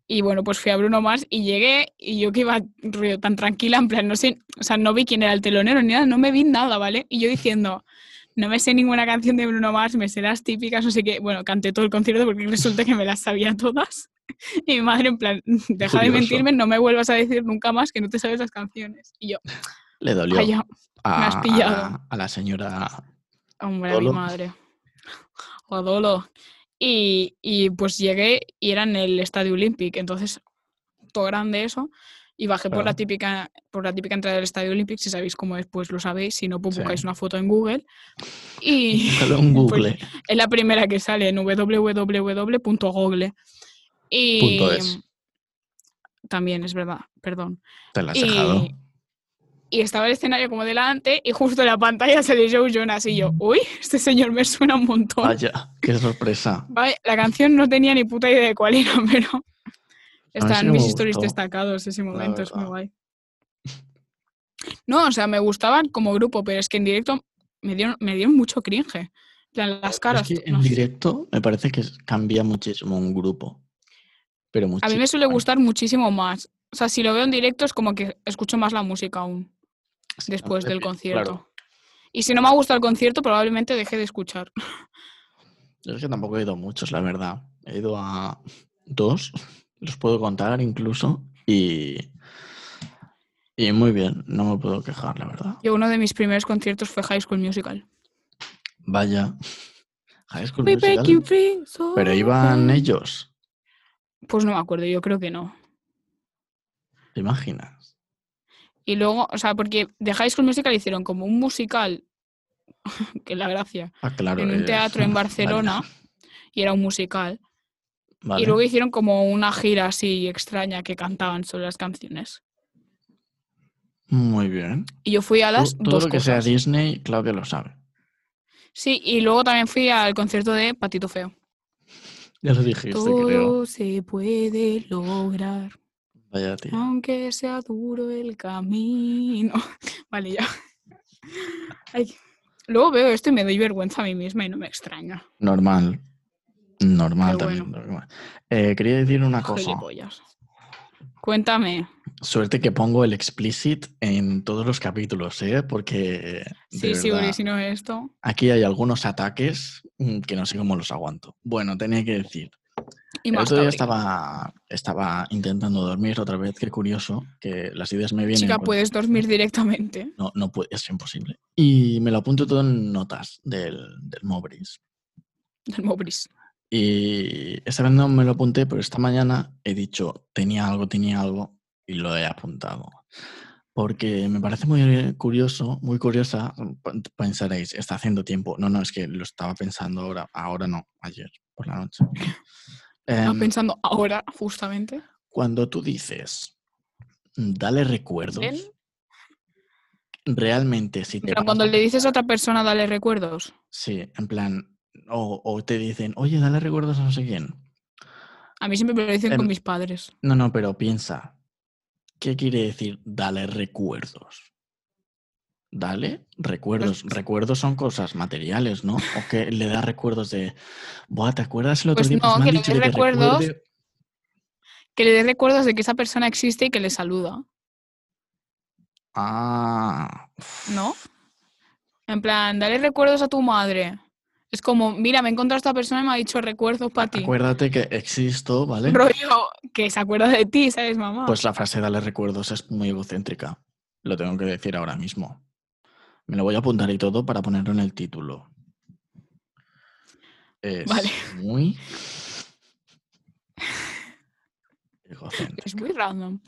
y bueno, pues fui a Bruno Mars y llegué y yo que iba rollo tan tranquila, en plan, no sé, o sea, no vi quién era el telonero ni nada, no me vi nada, ¿vale? Y yo diciendo, no me sé ninguna canción de Bruno Mars, me sé las típicas, no sé qué. Bueno, canté todo el concierto porque resulta que me las sabía todas. Y mi madre, en plan, deja de
curioso.
mentirme, no me vuelvas a decir nunca más que no te sabes las canciones. Y yo,
Le dolió
calla,
a,
has
a
pillado.
la, a la señora.
Hombre, a
Dolo.
mi madre. O Dolo. Y, y pues llegué y era en el Estadio Olympic, entonces todo grande eso. Y bajé por, la
Claro.
típica, por la típica entrada del Estadio Olympic, si sabéis cómo es, pues lo sabéis, si no, pues
Sí.
buscáis una foto en Google. Y pues,
Búscalo en Google.
es la primera que sale en www.google. Y
Punto es.
también es verdad, perdón.
Te la has
y-
dejado.
Y estaba el escenario como delante y justo en la pantalla sale Joe Jonas y yo, uy, este señor me suena un montón.
Vaya, qué sorpresa.
Vale, la canción no tenía ni puta idea de cuál era, pero
sí
están
me
mis stories
gustó,
destacados ese momento, es muy
verdad.
guay. No, o sea, me gustaban como grupo, pero es que en directo me dieron, me dieron mucho cringe. En plan, las
Pero
caras.
Es que en
no sé.
directo me parece que cambia muchísimo un grupo. Pero
A mí
muchísimo.
me suele gustar muchísimo más. O sea, si lo veo en directo es como que escucho más la música aún
Sí,
después del
claro.
concierto. Y si no me ha gustado el concierto, probablemente deje de escuchar.
Yo es que tampoco he ido a muchos, la verdad. He ido a dos, los puedo contar incluso, y, y muy bien, no me puedo quejar, la verdad.
Yo uno de mis primeros conciertos fue High School Musical.
Vaya. High School
We beg
Musical,
you, please, oh,
Pero iban
oh.
ellos,
Pues no me acuerdo, yo creo que no.
¿te imaginas?
Y luego, o sea, porque de High School Musical hicieron como un musical, que la gracia,
Ah, claro.
en un
eh,
teatro en
vaya,
Barcelona, y era un musical.
Vale.
Y luego hicieron como una gira así extraña que cantaban sobre las canciones. muy
Muy bien.
Y yo fui a las
Tú- Todo
dos
lo que sea
cosas.
Disney, Claudia lo sabe.
Sí, y luego también fui al concierto de Patito Feo.
Ya lo dijiste, Este, creo.
Todo se puede lograr,
Vaya, tío.
aunque sea duro el camino. Vale, ya. Ay. Luego veo esto y me doy vergüenza a mí misma y no me extraña.
Normal. Normal
Pero
también. normal. Eh, quería decir una cosa.
Gilipollas. Cuéntame.
Suerte que pongo el explicit en todos los capítulos, ¿eh? Porque de
Sí, sí,
verdad,
Uri, si no esto.
aquí hay algunos ataques mm, que no sé cómo los aguanto. Bueno, tenía que decir.
Y
El
más
otro día
tarde.
estaba, estaba intentando dormir otra vez, qué curioso, que las ideas me vienen.
Chica, pues.
cuando-
puedes dormir directamente.
No, no puede, es imposible. Y me lo apunto todo en notas del, del Mobris.
Del Mobris.
Y esta vez no me lo apunté, pero esta mañana he dicho, tenía algo, tenía algo, y lo he apuntado. Porque me parece muy eh, curioso, muy curiosa, p- pensaréis, está haciendo tiempo. No, no, es que lo estaba pensando ahora, ahora no, ayer por la noche.
Estaba
Em,
pensando ahora, justamente.
cuando tú dices, dale recuerdos,
Él.
realmente si te...
Pero
vas
cuando
a-
le dices a otra persona, dale recuerdos.
Sí, en plan, o, o te dicen, oye, dale recuerdos a no sé quién.
A mí siempre me lo dicen
Em,
con mis padres.
No, no, pero piensa. ¿Qué quiere decir dale recuerdos? Dale
Pues
recuerdos. Recuerdos son cosas materiales, ¿no? O que le da recuerdos de. Buah, ¿te acuerdas el otro
Pues
día?
no,
me han
que le
dicho
des
te
recuerdos.
recuerde-".
Que le dé recuerdos de que esa persona existe y que le saluda,
Ah.
¿no? En plan, dale recuerdos a tu madre. Es como, mira, me he encontrado a esta persona y me ha dicho recuerdos para ti.
Acuérdate que existo, ¿vale?
Rollo que se acuerda de ti, ¿sabes, mamá?
Pues la frase dale recuerdos es muy egocéntrica. Lo tengo que decir ahora mismo. Me lo voy a apuntar y todo para ponerlo en el título. Es
Vale.
muy
es
egocéntrica.
muy random.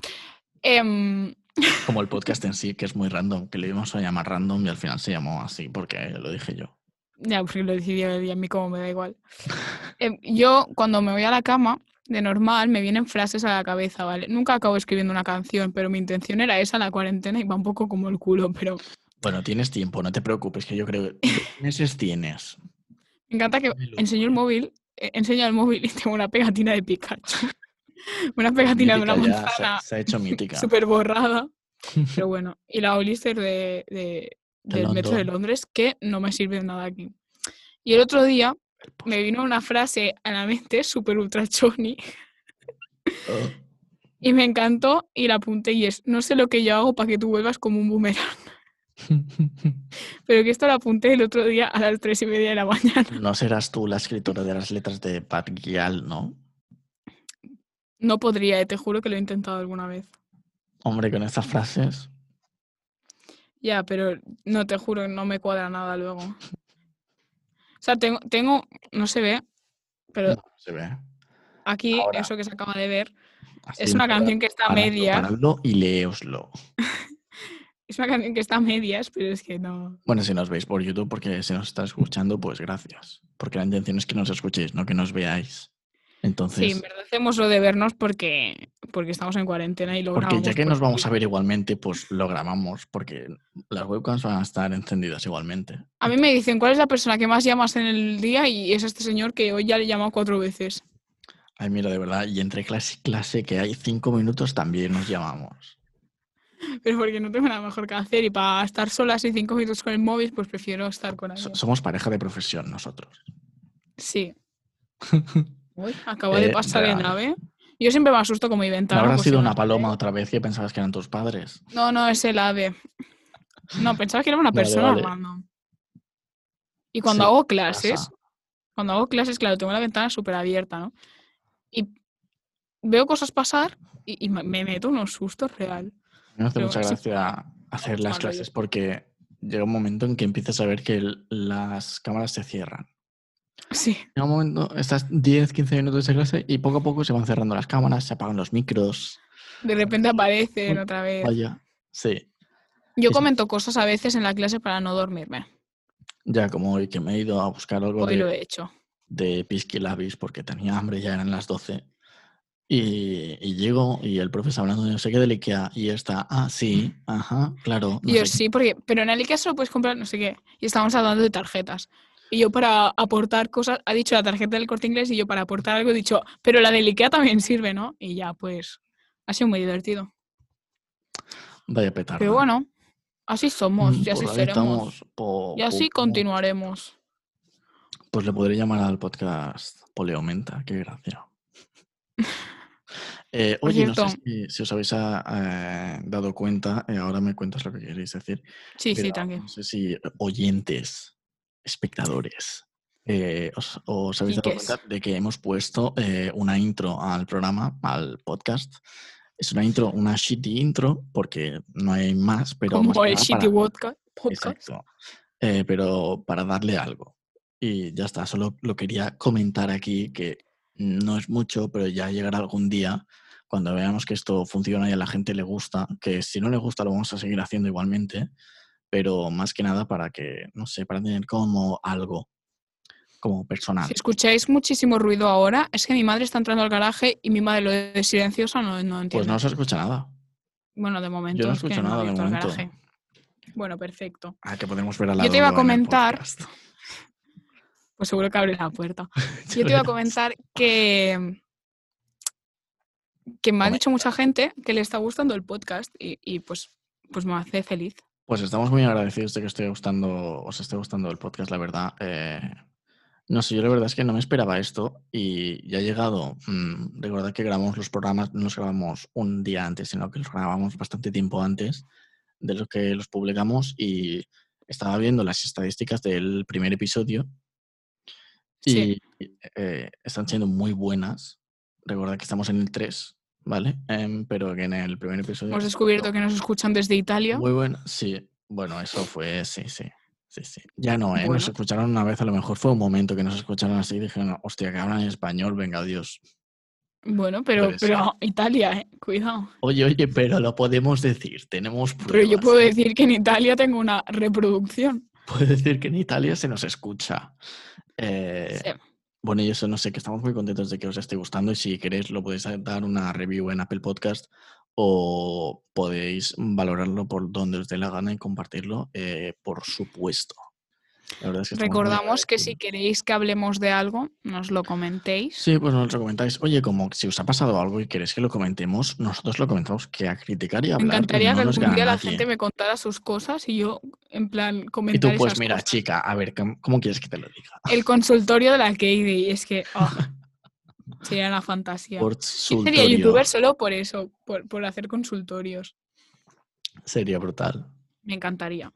Em,
Como el podcast en sí, que es muy random, que le íbamos a llamar random y al final se llamó así porque lo dije yo.
Ya, porque lo decidí el día, a mí como me da igual. Em, yo, cuando me voy a la cama, de normal, me vienen frases a la cabeza, ¿vale? Nunca acabo escribiendo una canción, pero mi intención era esa, la cuarentena, y va un poco como el culo, pero
Bueno, tienes tiempo, no te preocupes, que yo creo que dos meses tienes.
me encanta que
Dímelo.
enseño el móvil, eh, enseño el móvil y tengo una pegatina de Pikachu. una pegatina de una
Mítica ya, se-
manzana
se, ha hecho mítica.
súper borrada. Pero bueno, y la Hollister de, de-
De
del metro de
London.
Londres, que no me sirve de nada aquí. Y el otro día me vino una frase a la mente súper ultra choni
Oh.
Y me encantó y la apunté y es, no sé lo que yo hago para que tú vuelvas como un boomerang,
Oh.
pero que esto lo apunté el otro día a las tres y media de la mañana.
No serás tú la escritora de las letras de Pat Gial, ¿no?
No podría, eh, te juro que lo he intentado alguna vez.
Hombre, con estas frases.
Ya, pero no te juro, no me cuadra nada luego. O sea, tengo, tengo no se ve, pero
no se ve.
aquí
Ahora.
eso que se acaba de ver
Así
es una
no,
canción que está a
paradlo,
medias,
paradlo y leoslo.
es una canción que está a medias, pero es que no.
Bueno, si nos veis por YouTube, porque se nos está escuchando, pues gracias. Porque la intención es que nos escuchéis, no que nos veáis.
Sí,
Entonces,
en verdad hacemos lo de vernos porque, porque estamos en cuarentena y lo
porque ya
grabamos
que
por
nos vamos a
aquí.
ver igualmente, pues lo grabamos, porque las webcams van a estar encendidas igualmente.
A mí me dicen, ¿cuál es la persona que más llamas en el día? Y es este señor que hoy ya le he llamado cuatro veces.
Ay, mira, de verdad, y entre clase y clase, que hay cinco minutos, también nos llamamos.
Pero porque no tengo nada mejor que hacer y para estar sola así cinco minutos con el móvil, pues prefiero estar con
So-
alguien.
somos pareja de profesión nosotros.
Sí. Uy, acabo de
Eh,
pasar de
real.
nave. Yo siempre me asusto con mi
¿No
ventana.
habrá
por si
sido
no
una
la
paloma
ve.
otra vez que pensabas que eran tus padres?
No, no, es el ave. No, pensaba que era una
Vale,
persona
vale.
random. Y cuando
Sí,
hago clases,
Pasa.
cuando hago clases, claro, tengo la ventana súper abierta, ¿no? Y veo cosas pasar y, y me- me meto unos sustos real.
Me hace
Pero
mucha
bueno, sí.
gracia hacer las
mal rollo.
clases porque llega un momento en que empiezas a ver que el- las cámaras se cierran.
Sí.
Llega un momento, estás 10, 15 minutos de clase y poco a poco se van cerrando las cámaras, se apagan los micros.
De repente aparecen
Uy,
otra vez.
Vaya. Sí,
Yo
sí.
comento cosas a veces en la clase para no dormirme.
ya como hoy que me he ido a buscar algo
Hoy lo
de,
he hecho.
de Pisky Labis porque tenía hambre, ya eran las 12. Y, y llego y el profe está hablando de no sé qué del IKEA y está, ah, sí, ajá, claro. no
Y Mm. yo
sé qué".
sí, porque, pero en el IKEA solo puedes comprar no sé qué. Y estábamos hablando de tarjetas. Y yo para aportar cosas, ha dicho la tarjeta del corte inglés y yo para aportar algo he dicho, pero la del IKEA también sirve, ¿no? Y ya, pues, ha sido muy divertido.
Vaya petardo.
Pero bueno, así somos y
Mm,
así
pues ahí
seremos.
estamos, po-
Y así
po- po-
continuaremos.
Pues le podré llamar al podcast Poleomenta, qué gracia. Eh,
Por
oye, no sé
cierto-
si, si os habéis ah, eh, dado cuenta, eh, ahora me cuentas lo que queréis decir,
Sí, sí,
pero
tranquilo.
no sé si oyentes, espectadores, eh, os, os habéis dado
Chiques.
cuenta de que hemos puesto eh, una intro al programa, al podcast. Es una intro, una shitty intro, porque no hay más, pero más
Como
que
el
nada
Shitty
para-
Vodka podcast.
Exacto. Eh, pero para darle algo. Y ya está, solo lo quería comentar aquí, que no es mucho, pero ya llegará algún día, cuando veamos que esto funciona y a la gente le gusta, que si no le gusta lo vamos a seguir haciendo igualmente, pero más que nada para que, no sé, para tener como algo, como personal.
Si escucháis muchísimo ruido ahora, es que mi madre está entrando al garaje y mi madre lo de silenciosa no, no entiende.
Pues no se escucha nada.
Bueno, de momento
no
es que
escucho
no ha
nada de
abierto el
momento.
garaje. Bueno, perfecto.
Ah, que podemos ver a la
Yo te iba a
Dodo en el
comentar-
podcast.
Pues seguro que abre la puerta. Yo te iba a comentar que, que me ha
Hombre.
dicho mucha gente que le está gustando el podcast y, y pues, pues me hace feliz.
Pues estamos muy agradecidos de que esté gustando, os esté gustando el podcast, la verdad. Eh, no sé, yo la verdad es que no me esperaba esto y ya ha llegado. mm, recordad que grabamos los programas, no los grabamos un día antes, sino que los grabamos bastante tiempo antes de lo que los publicamos y estaba viendo las estadísticas del primer episodio
Sí.
y eh, están siendo muy buenas. Recordad que estamos en el 3, ¿vale? Em, pero que en el primer episodio...
Hemos descubierto que nos escuchan desde Italia.
Muy buena, sí. Bueno, eso fue, sí, sí. Sí, sí. Ya no, ¿eh?
Bueno.
Nos escucharon una vez, a lo mejor fue un momento que nos escucharon así y dijeron, hostia, que hablan en español, venga, Dios.
Bueno, pero,
Puede ser.
pero Italia, eh, cuidado.
Oye, oye, pero lo podemos decir, tenemos pruebas.
Pero yo puedo
¿eh?
decir que en Italia tengo una reproducción.
Puedo decir que en Italia se nos escucha. Eh,
Sí.
Bueno, y eso no sé, que estamos muy contentos de que os esté gustando y si queréis lo podéis dar una review en Apple Podcast o podéis valorarlo por donde os dé la gana y compartirlo, eh, por supuesto. La verdad es que estamos muy
Recordamos que
agradecidos.
si queréis que hablemos de algo, nos lo comentéis.
Sí, pues nos lo comentáis. Oye, como si os ha pasado algo y queréis que lo comentemos, nosotros lo comentamos que a criticar y
Me
hablar
encantaría
no
que
nos
algún
gana
día la
nadie.
gente me contara sus cosas y yo, en plan,
Y tú,
comentar
pues
esas
mira,
cosas.
chica, a ver, ¿cómo, cómo quieres que te lo diga?
El consultorio de la Katie, es que ah, sería una fantasía.
Por
Yo sería
sultorio.
youtuber solo por eso, por, por hacer consultorios.
Sería brutal.
Me encantaría.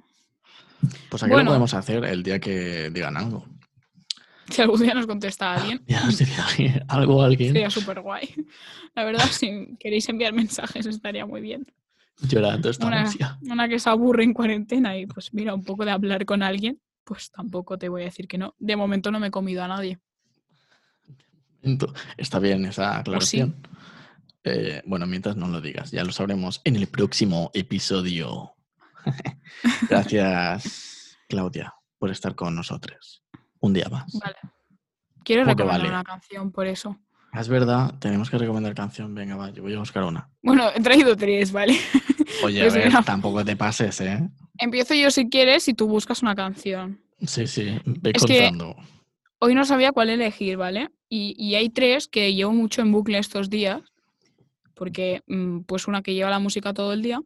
Pues aquí
Bueno.
lo podemos hacer el día que digan algo.
Si algún día nos
Ah,
contesta alguien,
Ya nos diría alguien- algo alguien
sería súper guay. La verdad, si queréis enviar mensajes, estaría muy bien.
llorando esta
Una-
ansia.
Una que se aburre en cuarentena y pues mira, un poco de hablar con alguien, pues tampoco te voy a decir que no. De momento no me he comido a nadie.
Ento- Está bien esa
Pues sí.
aclaración. Eh, bueno, mientras no lo digas, ya lo sabremos en el próximo episodio. Gracias, Claudia, por estar con nosotros. Un día más.
Vale. Quiero
¿Cómo que
recomendar
vale?
una canción por eso.
Es verdad, tenemos que recomendar canción. Venga, va, yo voy a buscar una.
Bueno, he traído tres, ¿vale?
Oye, a
Pues
ver,
venga.
tampoco te pases, ¿eh?
Empiezo yo si quieres y tú buscas una canción.
Sí, sí, ve
Es que-
contando.
Hoy no sabía cuál elegir, ¿vale? Y, y hay tres que llevo mucho en bucle estos días, porque mm, pues una que lleva la música todo el día.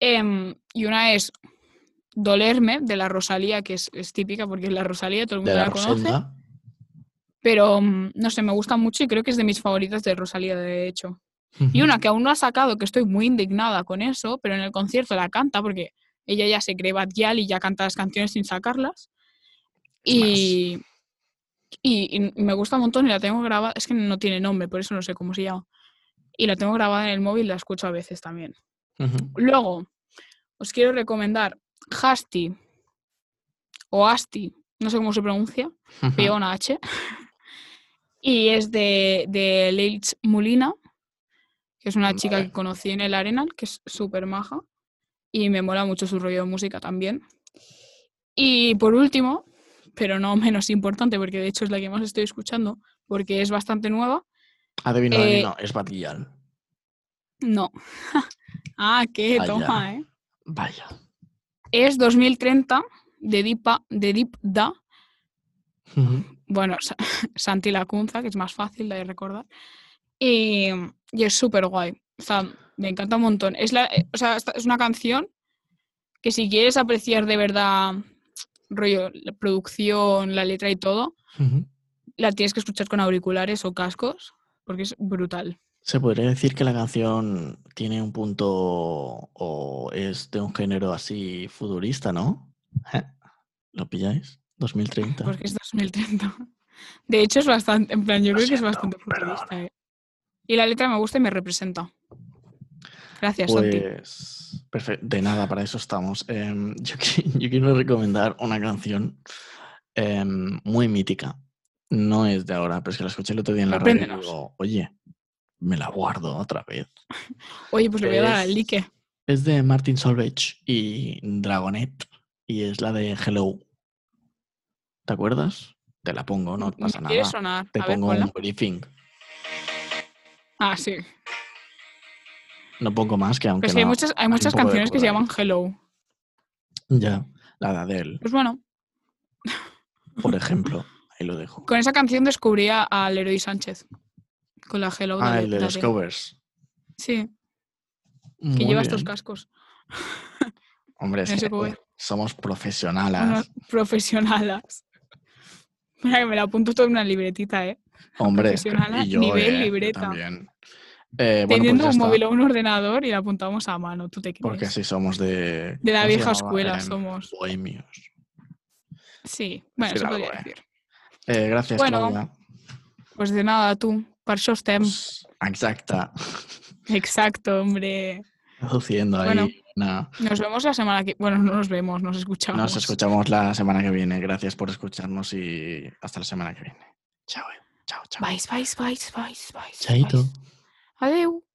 Em, y una es Dolerme, de la Rosalía, que es, es típica porque es la Rosalía, todo el
De
mundo la,
la
conoce.
Roselda.
Pero mm, no sé, me gusta mucho y creo que es de mis favoritas de Rosalía, de hecho. Y una que aún no ha sacado, que estoy muy indignada con eso, pero en el concierto la canta porque ella ya se cree Bad Gyal y ya canta las canciones sin sacarlas.
Es más.
Y, y, y me gusta un montón y la tengo grabada, es que no tiene nombre, por eso no sé cómo se llama. Y la tengo grabada en el móvil, la escucho a veces también.
Ujú.
Luego, os quiero recomendar Hasti o Asti, no sé cómo se pronuncia, pero lleva una H. Y es de, de Leitz Mulina, que es una chica
Vale.
que conocí en el Arenal, que es súper maja. Y me mola mucho su rollo de música también. Y por último, pero no menos importante, porque de hecho es la que más estoy escuchando, porque es bastante nueva.
Adivino,
eh,
adivino, es Batguillal.
No. ah, qué
Vaya.
toma, ¿eh?
Vaya.
Es 2030 de Deepa, de Deep Da.
Ujú.
bueno, Sa- Santi Lacunza, que es más fácil de recordar. Y, y es súper guay. O sea, me encanta un montón. Es, la, eh, o sea, esta- es una canción que si quieres apreciar de verdad rollo, la producción, la letra y todo,
Ujú.
la tienes que escuchar con auriculares o cascos, porque es brutal.
¿Se podría decir que la canción tiene un punto o es de un género así futurista, no? ¿Eh? ¿Lo pilláis? 2030.
Porque es 2030. De hecho, es bastante, en plan, yo
Lo
creo que es
siento,
bastante
perdón.
futurista. eh. Y la letra me gusta y me representa. Gracias, Santi.
Pues, perfecto. De nada, para eso estamos. Em, yo, qui- yo quiero recomendar una canción em, muy mítica. No es de ahora, pero es que la escuché el otro día en la radio y
Sorpréndenos.
digo, oye, me la guardo otra vez.
Oye, pues le voy a dar al
es-
like.
Es de Martin Solveig y Dragonet y es la de Hello. ¿Te acuerdas? Te la pongo, no
¿Me
pasa
quiere
nada.
sonar?
Te
Mm, a ver,
pongo
ponla.
un briefing.
Ah, sí.
No pongo más que aunque
Pues sí, hay
no-
muchas, hay muchas
poco de
canciones que se llaman
copyright.
Hello.
Ya, la de Adele,
Pues bueno,
por ejemplo. Ahí lo dejo.
con esa canción descubrí a- al Leroy Sánchez. Con la Hello
Ah,
de,
el de
de
los
Adele.
covers.
Sí, que
Muy
lleva estos
bien.
cascos.
Hombre, es
en
que,
SQV.
eh, somos profesionales.
Unos profesionales. Mira que me la apunto todo en una libretita, ¿eh?
Hombre,
profesionala,
y yo,
nivel
eh, yo
libreta.
también. Eh, bueno,
Teniendo
pues
un
ya
móvil
está,
o un ordenador y la apuntamos a mano, ¿tú te crees?
Porque así somos de...
De
¿cómo
la
se llamaba?
vieja escuela
Em,
somos.
Bohemios.
Sí, bueno,
decir
se podría
algo, eh.
decir.
Eh, gracias,
Bueno,
Claudia.
Pues de nada, tú, per això estem.
Pues, exacta.
Exacto, hombre.
Produciendo ahí.
Bueno.
una-
Nos vemos la semana que... Bueno, no nos vemos, nos escuchamos.
Nos escuchamos la semana que viene. Gracias por escucharnos y hasta la semana que viene. Chao, eh. chao, chao.
Vais, vais, vais, vais, vais.
Chaito.
Adeu.